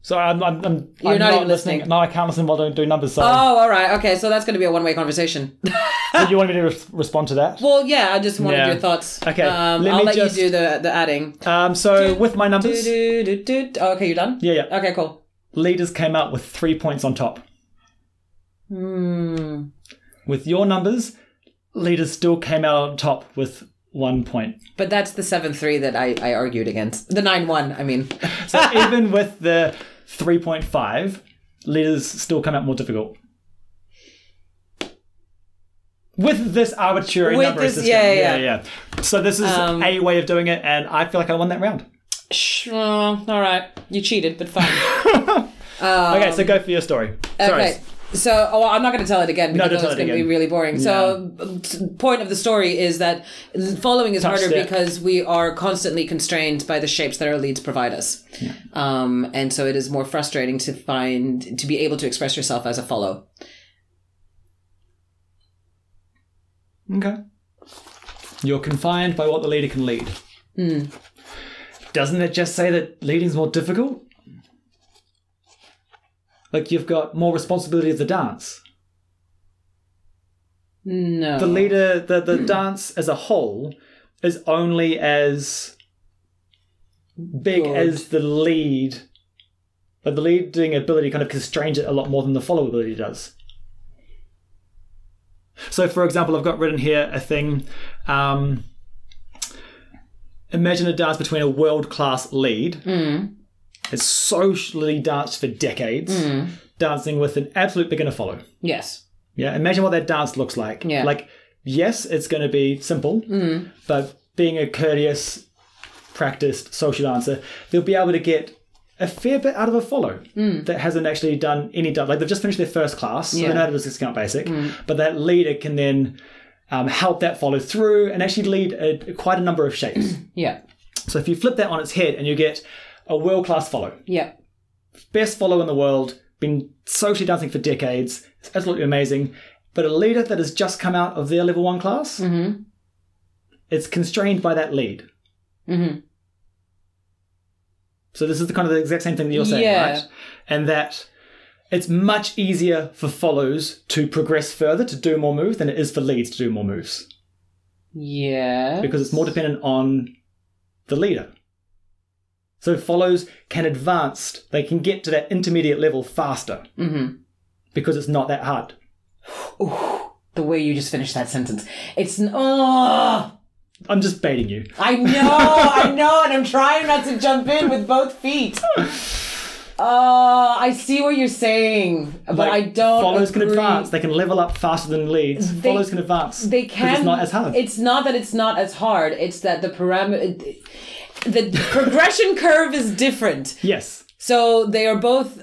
[SPEAKER 2] Sorry, I'm, I'm, I'm,
[SPEAKER 1] You're
[SPEAKER 2] I'm
[SPEAKER 1] not even listening.
[SPEAKER 2] No, I can't listen while I don't do numbers. So
[SPEAKER 1] Oh, all right. Okay, so that's going to be a one-way conversation. Oh.
[SPEAKER 2] you wanted me to re- respond to that?
[SPEAKER 1] Well, yeah, I just wanted
[SPEAKER 2] Yeah.
[SPEAKER 1] your thoughts.
[SPEAKER 2] Okay,
[SPEAKER 1] um,
[SPEAKER 2] let
[SPEAKER 1] I'll
[SPEAKER 2] me
[SPEAKER 1] let
[SPEAKER 2] just-
[SPEAKER 1] you do the the adding.
[SPEAKER 2] Um, so with my numbers,
[SPEAKER 1] Do, do, do, do. Oh, okay, you're done.
[SPEAKER 2] yeah, yeah.
[SPEAKER 1] Okay, cool.
[SPEAKER 2] leaders came out with three points on top.
[SPEAKER 1] Hmm.
[SPEAKER 2] With your numbers, leaders still came out on top with one point.
[SPEAKER 1] But that's the seven three that I, I argued against. The nine one. I mean,
[SPEAKER 2] So even with the 3.5, leaders still come out more difficult. With this arbitrary
[SPEAKER 1] With
[SPEAKER 2] number
[SPEAKER 1] this-
[SPEAKER 2] system.
[SPEAKER 1] yeah,
[SPEAKER 2] yeah,
[SPEAKER 1] yeah.
[SPEAKER 2] So this is
[SPEAKER 1] Um,
[SPEAKER 2] a way of doing it, and I feel like I won that round.
[SPEAKER 1] sh- oh, all right, you cheated, but fine.
[SPEAKER 2] okay, so go for your story. Sorry.
[SPEAKER 1] um, Okay. So, oh, I'm not going to tell it again because
[SPEAKER 2] don't
[SPEAKER 1] it's
[SPEAKER 2] tell it
[SPEAKER 1] going to be
[SPEAKER 2] again.
[SPEAKER 1] really boring. So, t- point of the story is that l- following is harder
[SPEAKER 2] step.
[SPEAKER 1] because we are constantly constrained by the shapes that our leads provide us, um, and so it is more frustrating to find to be able to express yourself as a follow.
[SPEAKER 2] Okay. You're confined by what the leader can lead.
[SPEAKER 1] Hmm.
[SPEAKER 2] Doesn't it just say that leading's more difficult? Like you've got more responsibility of the dance.
[SPEAKER 1] No.
[SPEAKER 2] The leader, the, the dance as a whole, is only as big
[SPEAKER 1] Good.
[SPEAKER 2] as the lead. But the leading ability kind of constrains it a lot more than the follow ability does. So, for example, I've got written here a thing. Um, imagine a dance between a world class lead. It's socially danced for decades, dancing with an absolute beginner follow.
[SPEAKER 1] yes.
[SPEAKER 2] Yeah, imagine what that dance looks like.
[SPEAKER 1] Yeah. Mm.
[SPEAKER 2] Like, yes, it's going to be simple, but being a courteous, practiced social dancer, they'll be able to get a fair bit out of a follow that hasn't actually done any done. Like they've just finished their first class, so
[SPEAKER 1] Mm. Yeah. Mm.
[SPEAKER 2] they know how to do discount basic, but that leader can then um, help that follow through and actually lead a, quite a number of shapes.
[SPEAKER 1] Yeah.
[SPEAKER 2] so if you flip that on its head and you get a world class follow,
[SPEAKER 1] Yeah.
[SPEAKER 2] best follow in the world, been socially dancing for decades, it's absolutely amazing, but a leader that has just come out of their level one class,
[SPEAKER 1] Mhm.
[SPEAKER 2] it's constrained by that lead.
[SPEAKER 1] Mhm.
[SPEAKER 2] So this is the kind of the exact same thing that you're saying,
[SPEAKER 1] Yeah.
[SPEAKER 2] right? And that it's much easier for follows to progress further to do more moves than it is for leads to do more moves
[SPEAKER 1] Yeah.
[SPEAKER 2] because it's more dependent on the leader. So follows can advance; they can get to that intermediate level faster
[SPEAKER 1] Mhm.
[SPEAKER 2] because it's not that hard.
[SPEAKER 1] the way you just finished that sentence. It's n- oh,
[SPEAKER 2] I'm just baiting you.
[SPEAKER 1] I know, I know, and I'm trying not to jump in with both feet. Uh, I see what you're saying, but
[SPEAKER 2] Like,
[SPEAKER 1] I don't.
[SPEAKER 2] Follows can
[SPEAKER 1] agree.
[SPEAKER 2] advance; they can level up faster than leads. follows can advance.
[SPEAKER 1] They
[SPEAKER 2] because
[SPEAKER 1] can.
[SPEAKER 2] It's not as hard.
[SPEAKER 1] It's not that it's not as hard. It's that the parameter, the progression curve is different.
[SPEAKER 2] yes.
[SPEAKER 1] So they are both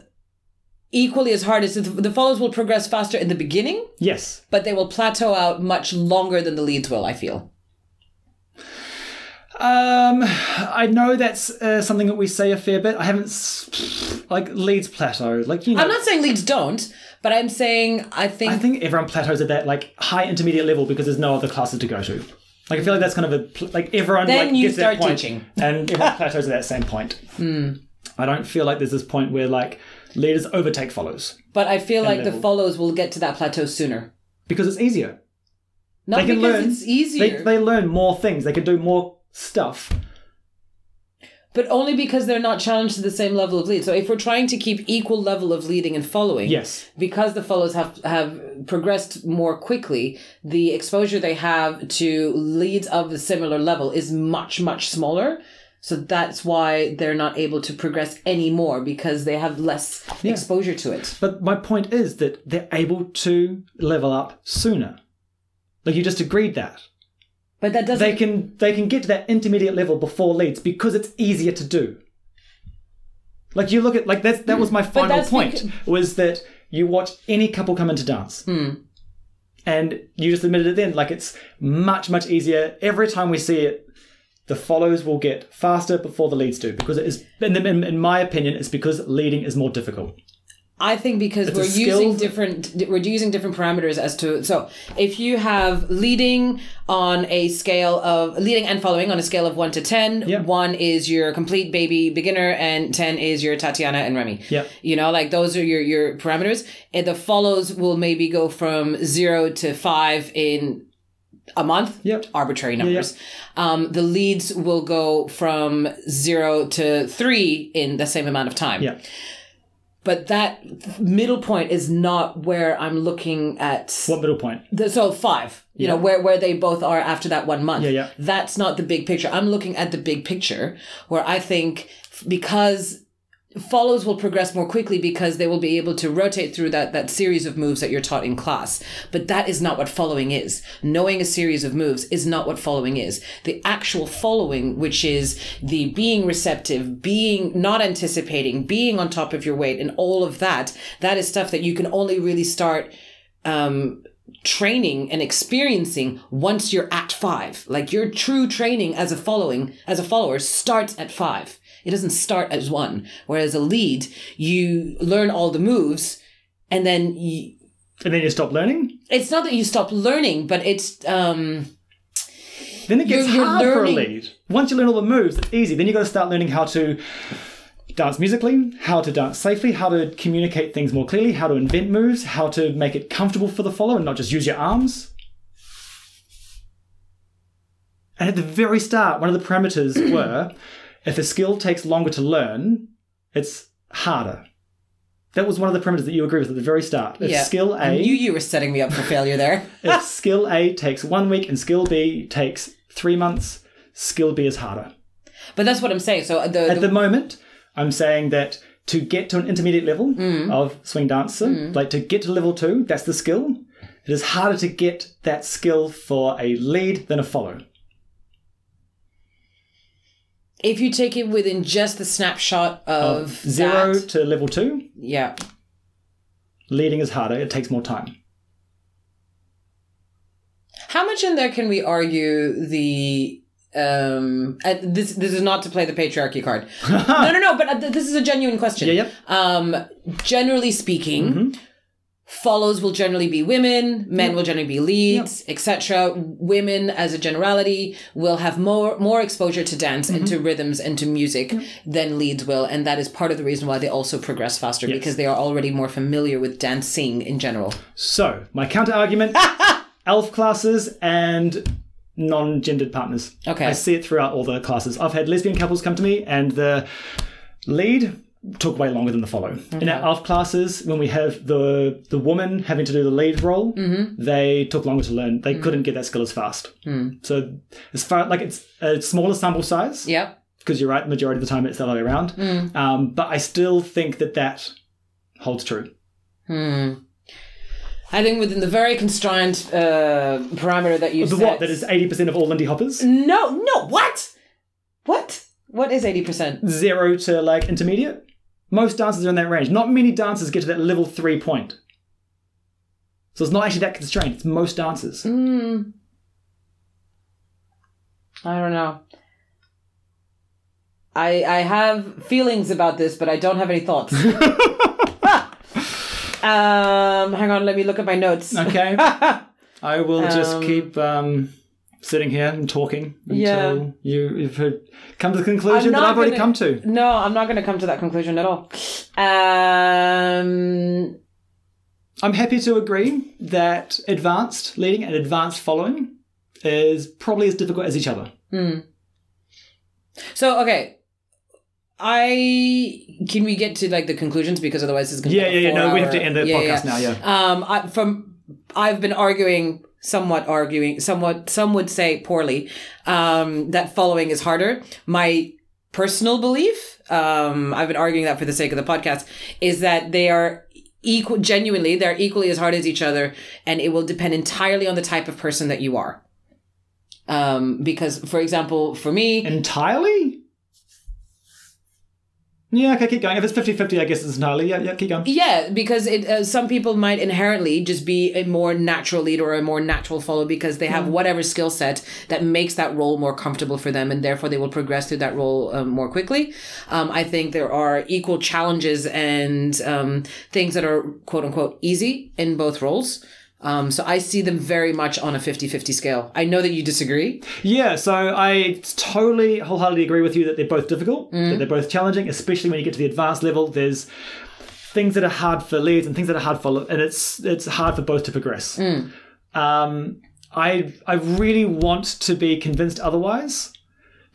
[SPEAKER 1] equally as hard. As the, the follows will progress faster in the beginning,
[SPEAKER 2] Yes.
[SPEAKER 1] but they will plateau out much longer than the leads will. I feel.
[SPEAKER 2] Um, I know that's uh, something that we say a fair bit. I haven't s- like Leeds plateau. Like you know,
[SPEAKER 1] I'm not saying leads don't, but I'm saying I think.
[SPEAKER 2] I think everyone plateaus at that like high intermediate level because there's no other classes to go to. Like I feel like that's kind of a pl- like everyone
[SPEAKER 1] Then
[SPEAKER 2] like
[SPEAKER 1] you
[SPEAKER 2] gets to that
[SPEAKER 1] start
[SPEAKER 2] point
[SPEAKER 1] teaching. Hmm.
[SPEAKER 2] and everyone plateaus at that same point. I don't feel like there's this point where like leaders overtake follows
[SPEAKER 1] but I feel like the
[SPEAKER 2] level.
[SPEAKER 1] follows will get to that plateau sooner.
[SPEAKER 2] because it's easier.
[SPEAKER 1] Not
[SPEAKER 2] they can
[SPEAKER 1] because
[SPEAKER 2] learn.
[SPEAKER 1] it's easier,
[SPEAKER 2] They, they learn more things. They can do more stuff.
[SPEAKER 1] but only because they're not challenged to the same level of lead. So if we're trying to keep equal level of leading and following,
[SPEAKER 2] Yes.
[SPEAKER 1] because the follows have have progressed more quickly, the exposure they have to leads of a similar level is much much smaller. So that's why they're not able to progress anymore because they have less exposure to it.
[SPEAKER 2] But my point is that they're able to level up sooner. Like you just agreed that.
[SPEAKER 1] But that doesn't.
[SPEAKER 2] they can they can get to that intermediate level before leads because it's easier to do. Like you look at like that's that was my final
[SPEAKER 1] Hmm. that's
[SPEAKER 2] point
[SPEAKER 1] becau- Hmm.
[SPEAKER 2] was that you watch any couple come into dance. And you just admitted it then, like it's much, much easier. Every time we see it, the follows will get faster before the leads do because it is, in, in, in my opinion, it's because leading is more difficult.
[SPEAKER 1] I think because
[SPEAKER 2] a
[SPEAKER 1] we're
[SPEAKER 2] skill
[SPEAKER 1] using
[SPEAKER 2] that-
[SPEAKER 1] different we're using different parameters as to so if you have leading on a scale of leading and following on a scale of 1 to 10
[SPEAKER 2] Yeah.
[SPEAKER 1] 1 is your complete baby beginner and 10 is your Tatiana and Remy.
[SPEAKER 2] Yeah.
[SPEAKER 1] You know like those are your your parameters and the follows will maybe go from 0 to 5 in a month.
[SPEAKER 2] Yep.
[SPEAKER 1] Arbitrary numbers. Um, the leads will go from 0 to 3 in the same amount of time
[SPEAKER 2] Yeah.
[SPEAKER 1] but that middle point is not where I'm looking at.
[SPEAKER 2] What middle point?
[SPEAKER 1] the, so five, you know, where where they both are after that one month.
[SPEAKER 2] Yeah, yeah.
[SPEAKER 1] That's not the big picture. I'm looking at the big picture where I think f- because follows will progress more quickly because they will be able to rotate through that that series of moves that you're taught in class but that is not what following is knowing a series of moves is not what following is the actual following which is the being receptive being not anticipating being on top of your weight and all of that that is stuff that you can only really start um training and experiencing once you're at five. Like your true training as a following, as a follower starts at five. It doesn't start as one. Whereas a lead, you learn all the moves and then you,
[SPEAKER 2] And then you stop learning.
[SPEAKER 1] it's not that you stop learning, but it's, um,
[SPEAKER 2] Then it gets
[SPEAKER 1] You're- you're
[SPEAKER 2] hard for a
[SPEAKER 1] learning-
[SPEAKER 2] lead. Once you learn all the moves, it's easy. Then you got to start learning how to dance musically, how to dance safely, how to communicate things more clearly, how to invent moves, how to make it comfortable for the follower and not just use your arms. And at the very start, one of the parameters were if a skill takes longer to learn, it's harder. That was one of the parameters that you agreed with at the very start. If
[SPEAKER 1] yeah.
[SPEAKER 2] skill A
[SPEAKER 1] I knew you were setting me up for failure there.
[SPEAKER 2] if skill A takes one week and skill B takes three months, skill B is harder.
[SPEAKER 1] But that's what I'm saying. So uh, the,
[SPEAKER 2] At
[SPEAKER 1] the-
[SPEAKER 2] the moment, I'm saying that to get to an intermediate level
[SPEAKER 1] Hmm.
[SPEAKER 2] of swing dancer, like to get to level two, that's the skill. It is harder to get that skill for a lead than a follow.
[SPEAKER 1] If you take it within just the snapshot of,
[SPEAKER 2] Zero
[SPEAKER 1] that-
[SPEAKER 2] to level two,
[SPEAKER 1] yeah.
[SPEAKER 2] leading is harder. It takes more time.
[SPEAKER 1] How much in there can we argue the um uh, this this is not to play the patriarchy card. no, no, no, but uh, th- this is a genuine question.
[SPEAKER 2] Yeah, Mm-hmm. yep.
[SPEAKER 1] Um generally speaking, follows will generally be women, men will generally be leads, etc. Women as a generality will have more more exposure to dance and
[SPEAKER 2] Mm-hmm.
[SPEAKER 1] to rhythms and to music than leads will, and that is part of the reason why they also progress faster because they are already more familiar with dancing in general.
[SPEAKER 2] So, my counter argument elf classes and non gendered partners.
[SPEAKER 1] Okay.
[SPEAKER 2] I see it throughout all the classes. I've had lesbian couples come to me, and the lead took way longer than the follow. In our elf classes, when we have the the woman having to do the lead role, they took longer to learn. They couldn't get that skill as fast. So, as far like it's a smaller sample size,
[SPEAKER 1] Yep.
[SPEAKER 2] because you're right, the majority of the time it's the other way around. Um, but I still think that that holds true.
[SPEAKER 1] I think within the very constrained uh, parameter that you
[SPEAKER 2] The
[SPEAKER 1] set.
[SPEAKER 2] what? That is 80% of all Lindy Hoppers?
[SPEAKER 1] no, no. What? What? What is eighty percent?
[SPEAKER 2] zero to like intermediate. Most dancers are in that range. Not many dancers get to that level three point. So it's not actually that constrained. It's most dancers.
[SPEAKER 1] I don't know. I I have feelings about this, but I don't have any thoughts. um, hang on. Let me look at my notes.
[SPEAKER 2] Okay. I will just keep um, sitting here and talking until
[SPEAKER 1] Yeah.
[SPEAKER 2] you, you've heard, come to the
[SPEAKER 1] I'm
[SPEAKER 2] conclusion that
[SPEAKER 1] not
[SPEAKER 2] I've already
[SPEAKER 1] gonna-
[SPEAKER 2] come to.
[SPEAKER 1] No, I'm not going to come to that conclusion at all. Um,
[SPEAKER 2] I'm happy to agree that advanced leading and advanced following is probably as difficult as each other.
[SPEAKER 1] So okay, I can we get to like the conclusions because otherwise it's gonna
[SPEAKER 2] Yeah,
[SPEAKER 1] be
[SPEAKER 2] yeah, yeah. No, we have to
[SPEAKER 1] four-hour-
[SPEAKER 2] end the
[SPEAKER 1] Yeah,
[SPEAKER 2] podcast now. Yeah.
[SPEAKER 1] Um, I, from I've been arguing, somewhat arguing, somewhat some would say poorly, um, that following is harder. My personal belief, um, I've been arguing that for the sake of the podcast, is that they are equal. Genuinely, they're equally as hard as each other, and it will depend entirely on the type of person that you are. Um, because, for example, for me,
[SPEAKER 2] Entirely? Yeah, okay, keep going. If it's 50 50, I guess it's entirely. Yeah, yeah, keep going.
[SPEAKER 1] Yeah, because it uh, some people might inherently just be a more natural leader or a more natural follower because they have whatever skill set that makes that role more comfortable for them, and therefore they will progress through that role um, more quickly. Um, I think there are equal challenges and um, things that are quote unquote easy in both roles. Um, so I see them very much on a 50-50 scale. I know that you disagree.
[SPEAKER 2] Yeah, so I totally wholeheartedly agree with you that they're both difficult, that they're both challenging, especially when you get to the advanced level. There's things that are hard for leads and things that are hard for, and it's it's hard for both to progress. Um, I I really want to be convinced otherwise,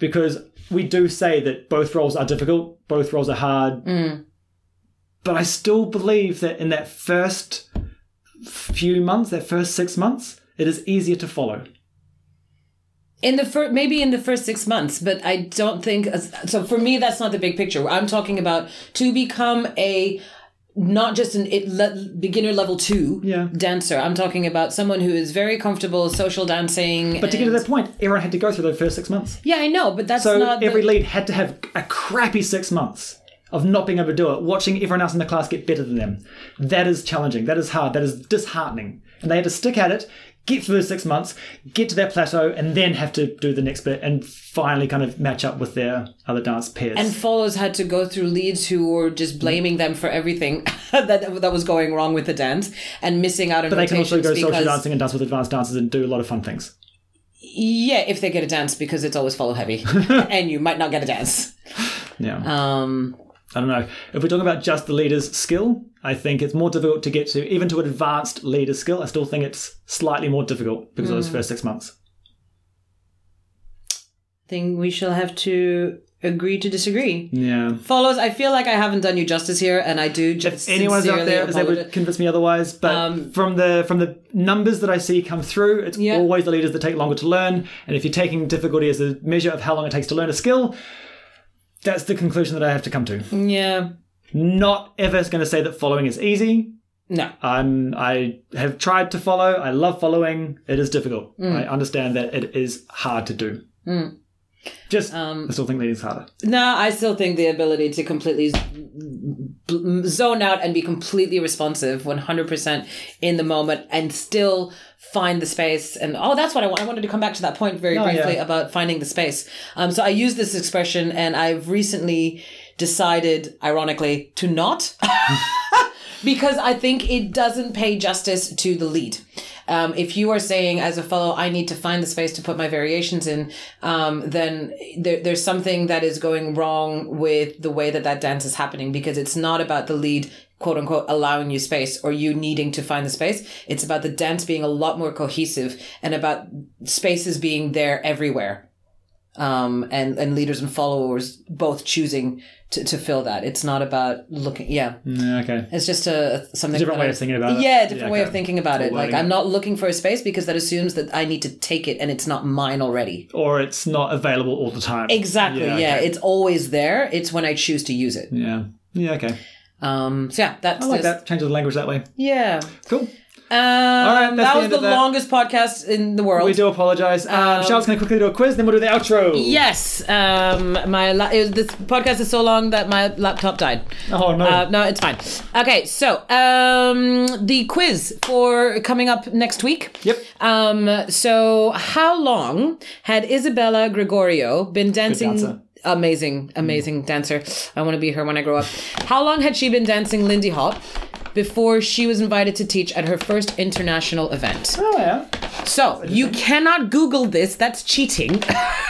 [SPEAKER 2] because we do say that both roles are difficult, both roles are hard, but I still believe that in that first few months, that first six months, it is easier to follow.
[SPEAKER 1] in the first maybe in the first six months but i don't think so for me that's not the big picture i'm talking about to become a not just an it, le, beginner level two
[SPEAKER 2] Yeah.
[SPEAKER 1] dancer i'm talking about someone who is very comfortable social dancing
[SPEAKER 2] But to get to that point, everyone had to go through those first six months.
[SPEAKER 1] yeah i know but that's
[SPEAKER 2] So
[SPEAKER 1] not the-
[SPEAKER 2] every lead had to have a crappy six months of not being able to do it, watching everyone else in the class get better than them. That is challenging. That is hard. That is disheartening. And they had to stick at it, get through those six months, get to that plateau, and then have to do the next bit and finally kind of match up with their other dance peers.
[SPEAKER 1] and follows had to go through leads who were just
[SPEAKER 2] Mm.
[SPEAKER 1] blaming them for everything that that was going wrong with the dance and missing out on
[SPEAKER 2] but they can also go social
[SPEAKER 1] because,
[SPEAKER 2] dancing and dance with advanced dancers and do a lot of fun things.
[SPEAKER 1] yeah if they get a dance because it's always follow heavy and you might not get a dance
[SPEAKER 2] Yeah.
[SPEAKER 1] um
[SPEAKER 2] I don't know. If we're talking about just the leader's skill, I think it's more difficult to get to, even to an advanced leader skill. I still think it's slightly more difficult because of
[SPEAKER 1] Mm.
[SPEAKER 2] those first six months.
[SPEAKER 1] think we shall have to agree to disagree.
[SPEAKER 2] Yeah.
[SPEAKER 1] Follows, I feel like I haven't done you justice here, and I do just
[SPEAKER 2] If anyone's out
[SPEAKER 1] sincerely
[SPEAKER 2] there is able to
[SPEAKER 1] apologize.
[SPEAKER 2] convince me otherwise, but from the from the numbers that I see come through, it's
[SPEAKER 1] Yeah.
[SPEAKER 2] always the leaders that take longer to learn. And if you're taking difficulty as a measure of how long it takes to learn a skill, that's the conclusion that I have to come to.
[SPEAKER 1] Yeah.
[SPEAKER 2] Not ever going to say that following is easy.
[SPEAKER 1] No.
[SPEAKER 2] I'm I have tried to
[SPEAKER 1] Mm.
[SPEAKER 2] follow. I love following. It is difficult. I understand that it is hard to do. Just
[SPEAKER 1] Um,
[SPEAKER 2] I still think leading's harder.
[SPEAKER 1] No, I still think the ability to completely z- bl- zone out and be completely responsive, 100% in the moment, and still find the space. And oh, that's what I want. I wanted to come back to that point very
[SPEAKER 2] Oh,
[SPEAKER 1] briefly
[SPEAKER 2] yeah.
[SPEAKER 1] about finding the space. Um, so I use this expression, and I've recently decided, ironically, to not. because I think it doesn't pay justice to the lead. Um, if you are saying as a fellow, I need to find the space to put my variations in, um, then there, there's something that is going wrong with the way that that dance is happening because it's not about the lead quote unquote allowing you space or you needing to find the space. It's about the dance being a lot more cohesive and about spaces being there everywhere um, and and leaders and followers both choosing to, to fill that. It's not about looking. Yeah,
[SPEAKER 2] Mm, okay.
[SPEAKER 1] it's just a something
[SPEAKER 2] Different
[SPEAKER 1] that
[SPEAKER 2] way
[SPEAKER 1] I-
[SPEAKER 2] of thinking about it.
[SPEAKER 1] Yeah, a different
[SPEAKER 2] Yeah,
[SPEAKER 1] way
[SPEAKER 2] okay.
[SPEAKER 1] of thinking about it. Like
[SPEAKER 2] wording.
[SPEAKER 1] I'm not looking for a space because that assumes that I need to take it and it's not mine already.
[SPEAKER 2] Or it's not available all the time.
[SPEAKER 1] Exactly. Yeah,
[SPEAKER 2] okay.
[SPEAKER 1] it's always there. It's when I choose to use it.
[SPEAKER 2] yeah. Yeah, okay.
[SPEAKER 1] Um. So yeah, that's
[SPEAKER 2] I like
[SPEAKER 1] this-
[SPEAKER 2] that. Change the language that way.
[SPEAKER 1] Yeah.
[SPEAKER 2] Cool.
[SPEAKER 1] Um,
[SPEAKER 2] right, that's
[SPEAKER 1] that
[SPEAKER 2] the
[SPEAKER 1] was
[SPEAKER 2] end
[SPEAKER 1] the,
[SPEAKER 2] of that.
[SPEAKER 1] longest podcast in the world.
[SPEAKER 2] We do apologise. Um, Charlotte's going to quickly do a quiz, then we'll do the outro.
[SPEAKER 1] Yes, um, my la- it was- this podcast is so long that my laptop died.
[SPEAKER 2] Oh, no.
[SPEAKER 1] Uh, no, it's fine. Okay, so um, the quiz for coming up next week.
[SPEAKER 2] Yep.
[SPEAKER 1] Um, so how long had Isabella Gregorio been dancing?
[SPEAKER 2] dancer.
[SPEAKER 1] Amazing, amazing dancer. I want to be her when I grow up. How long had she been dancing Lindy Hop before she was invited to teach at her first international event?
[SPEAKER 2] Oh, yeah.
[SPEAKER 1] So you cannot Google this. That's cheating.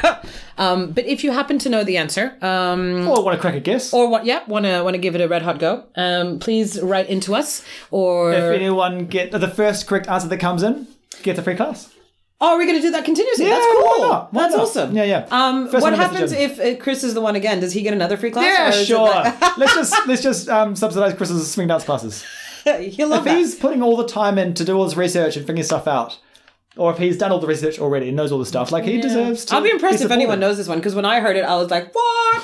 [SPEAKER 1] um, but if you happen to know the answer, um,
[SPEAKER 2] Or want to crack Oh, a guess?
[SPEAKER 1] or what? Yeah, wanna wanna give it a red hot go? Um, please write into us or.
[SPEAKER 2] if anyone get the first correct answer that comes in, gets a free class.
[SPEAKER 1] oh, we're gonna do that continuously. That's
[SPEAKER 2] Yeah,
[SPEAKER 1] cool.
[SPEAKER 2] why not? Why
[SPEAKER 1] That's
[SPEAKER 2] not?
[SPEAKER 1] awesome.
[SPEAKER 2] Yeah, yeah.
[SPEAKER 4] Um,
[SPEAKER 2] First
[SPEAKER 4] what
[SPEAKER 2] one gets the
[SPEAKER 4] happens
[SPEAKER 2] gym.
[SPEAKER 4] if uh, Chris is the one again? Does he get another free class?
[SPEAKER 2] Yeah,
[SPEAKER 4] or is it
[SPEAKER 2] sure.
[SPEAKER 4] like-
[SPEAKER 2] let's just let's just um, subsidize Chris's swing dance classes.
[SPEAKER 4] He'll love
[SPEAKER 2] If
[SPEAKER 4] that.
[SPEAKER 2] he's putting all the time in to do all this research and figuring stuff out, or if he's done all the research already and knows all the stuff, like he deserves to.
[SPEAKER 4] I'll be impressed if
[SPEAKER 2] supported.
[SPEAKER 4] anyone knows this one because when I heard it, I was like, "What?"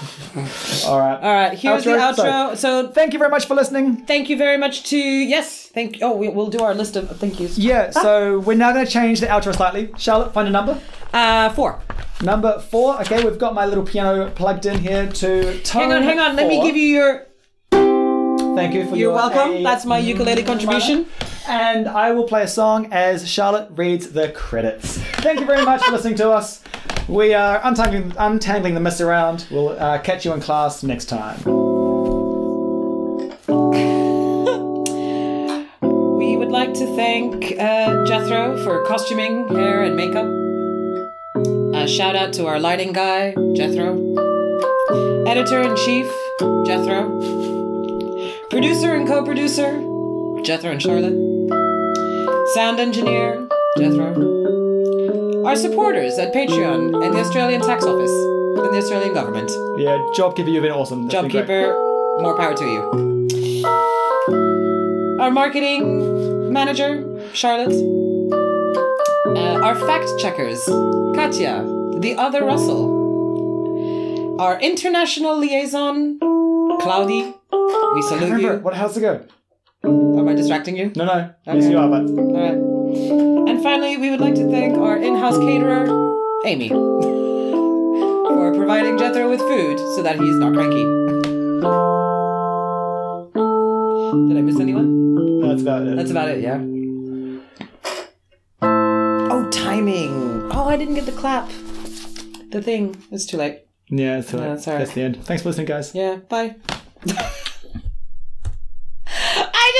[SPEAKER 2] All right.
[SPEAKER 4] All right, here's the outro. So,
[SPEAKER 2] Thank you very much for listening.
[SPEAKER 4] thank you very much to yes, thank. Oh, we, we'll do our list of thank yous.
[SPEAKER 2] Yeah, so we're now going to change the outro slightly. Charlotte, find a number.
[SPEAKER 4] Uh, four.
[SPEAKER 2] Number four. Okay, we've got my little piano plugged in here to tone
[SPEAKER 4] Hang on, hang on. Let me
[SPEAKER 2] four.
[SPEAKER 4] give you your.
[SPEAKER 2] Thank you for
[SPEAKER 4] You're
[SPEAKER 2] your
[SPEAKER 4] welcome.
[SPEAKER 2] A
[SPEAKER 4] That's my ukulele contribution.
[SPEAKER 2] and I will play a song as Charlotte reads the credits. Thank you very much for listening to us. We are untangling, untangling the mess around. We'll uh, catch you in class next time.
[SPEAKER 4] We would like to thank uh, Jethro for costuming, hair, and makeup.
[SPEAKER 1] Uh, shout out to our lighting guy, Jethro. Editor in chief, Jethro.
[SPEAKER 4] Producer and co-producer,
[SPEAKER 1] Jethro and Charlotte.
[SPEAKER 4] sound engineer.
[SPEAKER 1] Jethro. Our supporters at Patreon and the Australian Tax Office and the Australian Government.
[SPEAKER 2] Yeah, JobKeeper, you've been awesome. That's been great.
[SPEAKER 1] Jobkeeper, more power to you. Our marketing manager, Charlotte. Uh, our fact checkers, Katya, the other Russell. Our international liaison, Cloudy. We salute
[SPEAKER 2] Remember,
[SPEAKER 1] you.
[SPEAKER 2] what how's it go?
[SPEAKER 1] Am I distracting you?
[SPEAKER 2] No, no. Yes, you are, but
[SPEAKER 1] All right. And finally, we would like to thank our in house caterer, Amy, for providing Jethro with food so that he's not cranky. Did I miss anyone?
[SPEAKER 2] that's about it.
[SPEAKER 1] That's about it, yeah. Oh, timing. Oh, I didn't get the clap. The thing. It's too late.
[SPEAKER 2] yeah, that's, all right.
[SPEAKER 1] that's all right.
[SPEAKER 2] that's the end. Thanks for listening, guys.
[SPEAKER 1] Yeah, bye.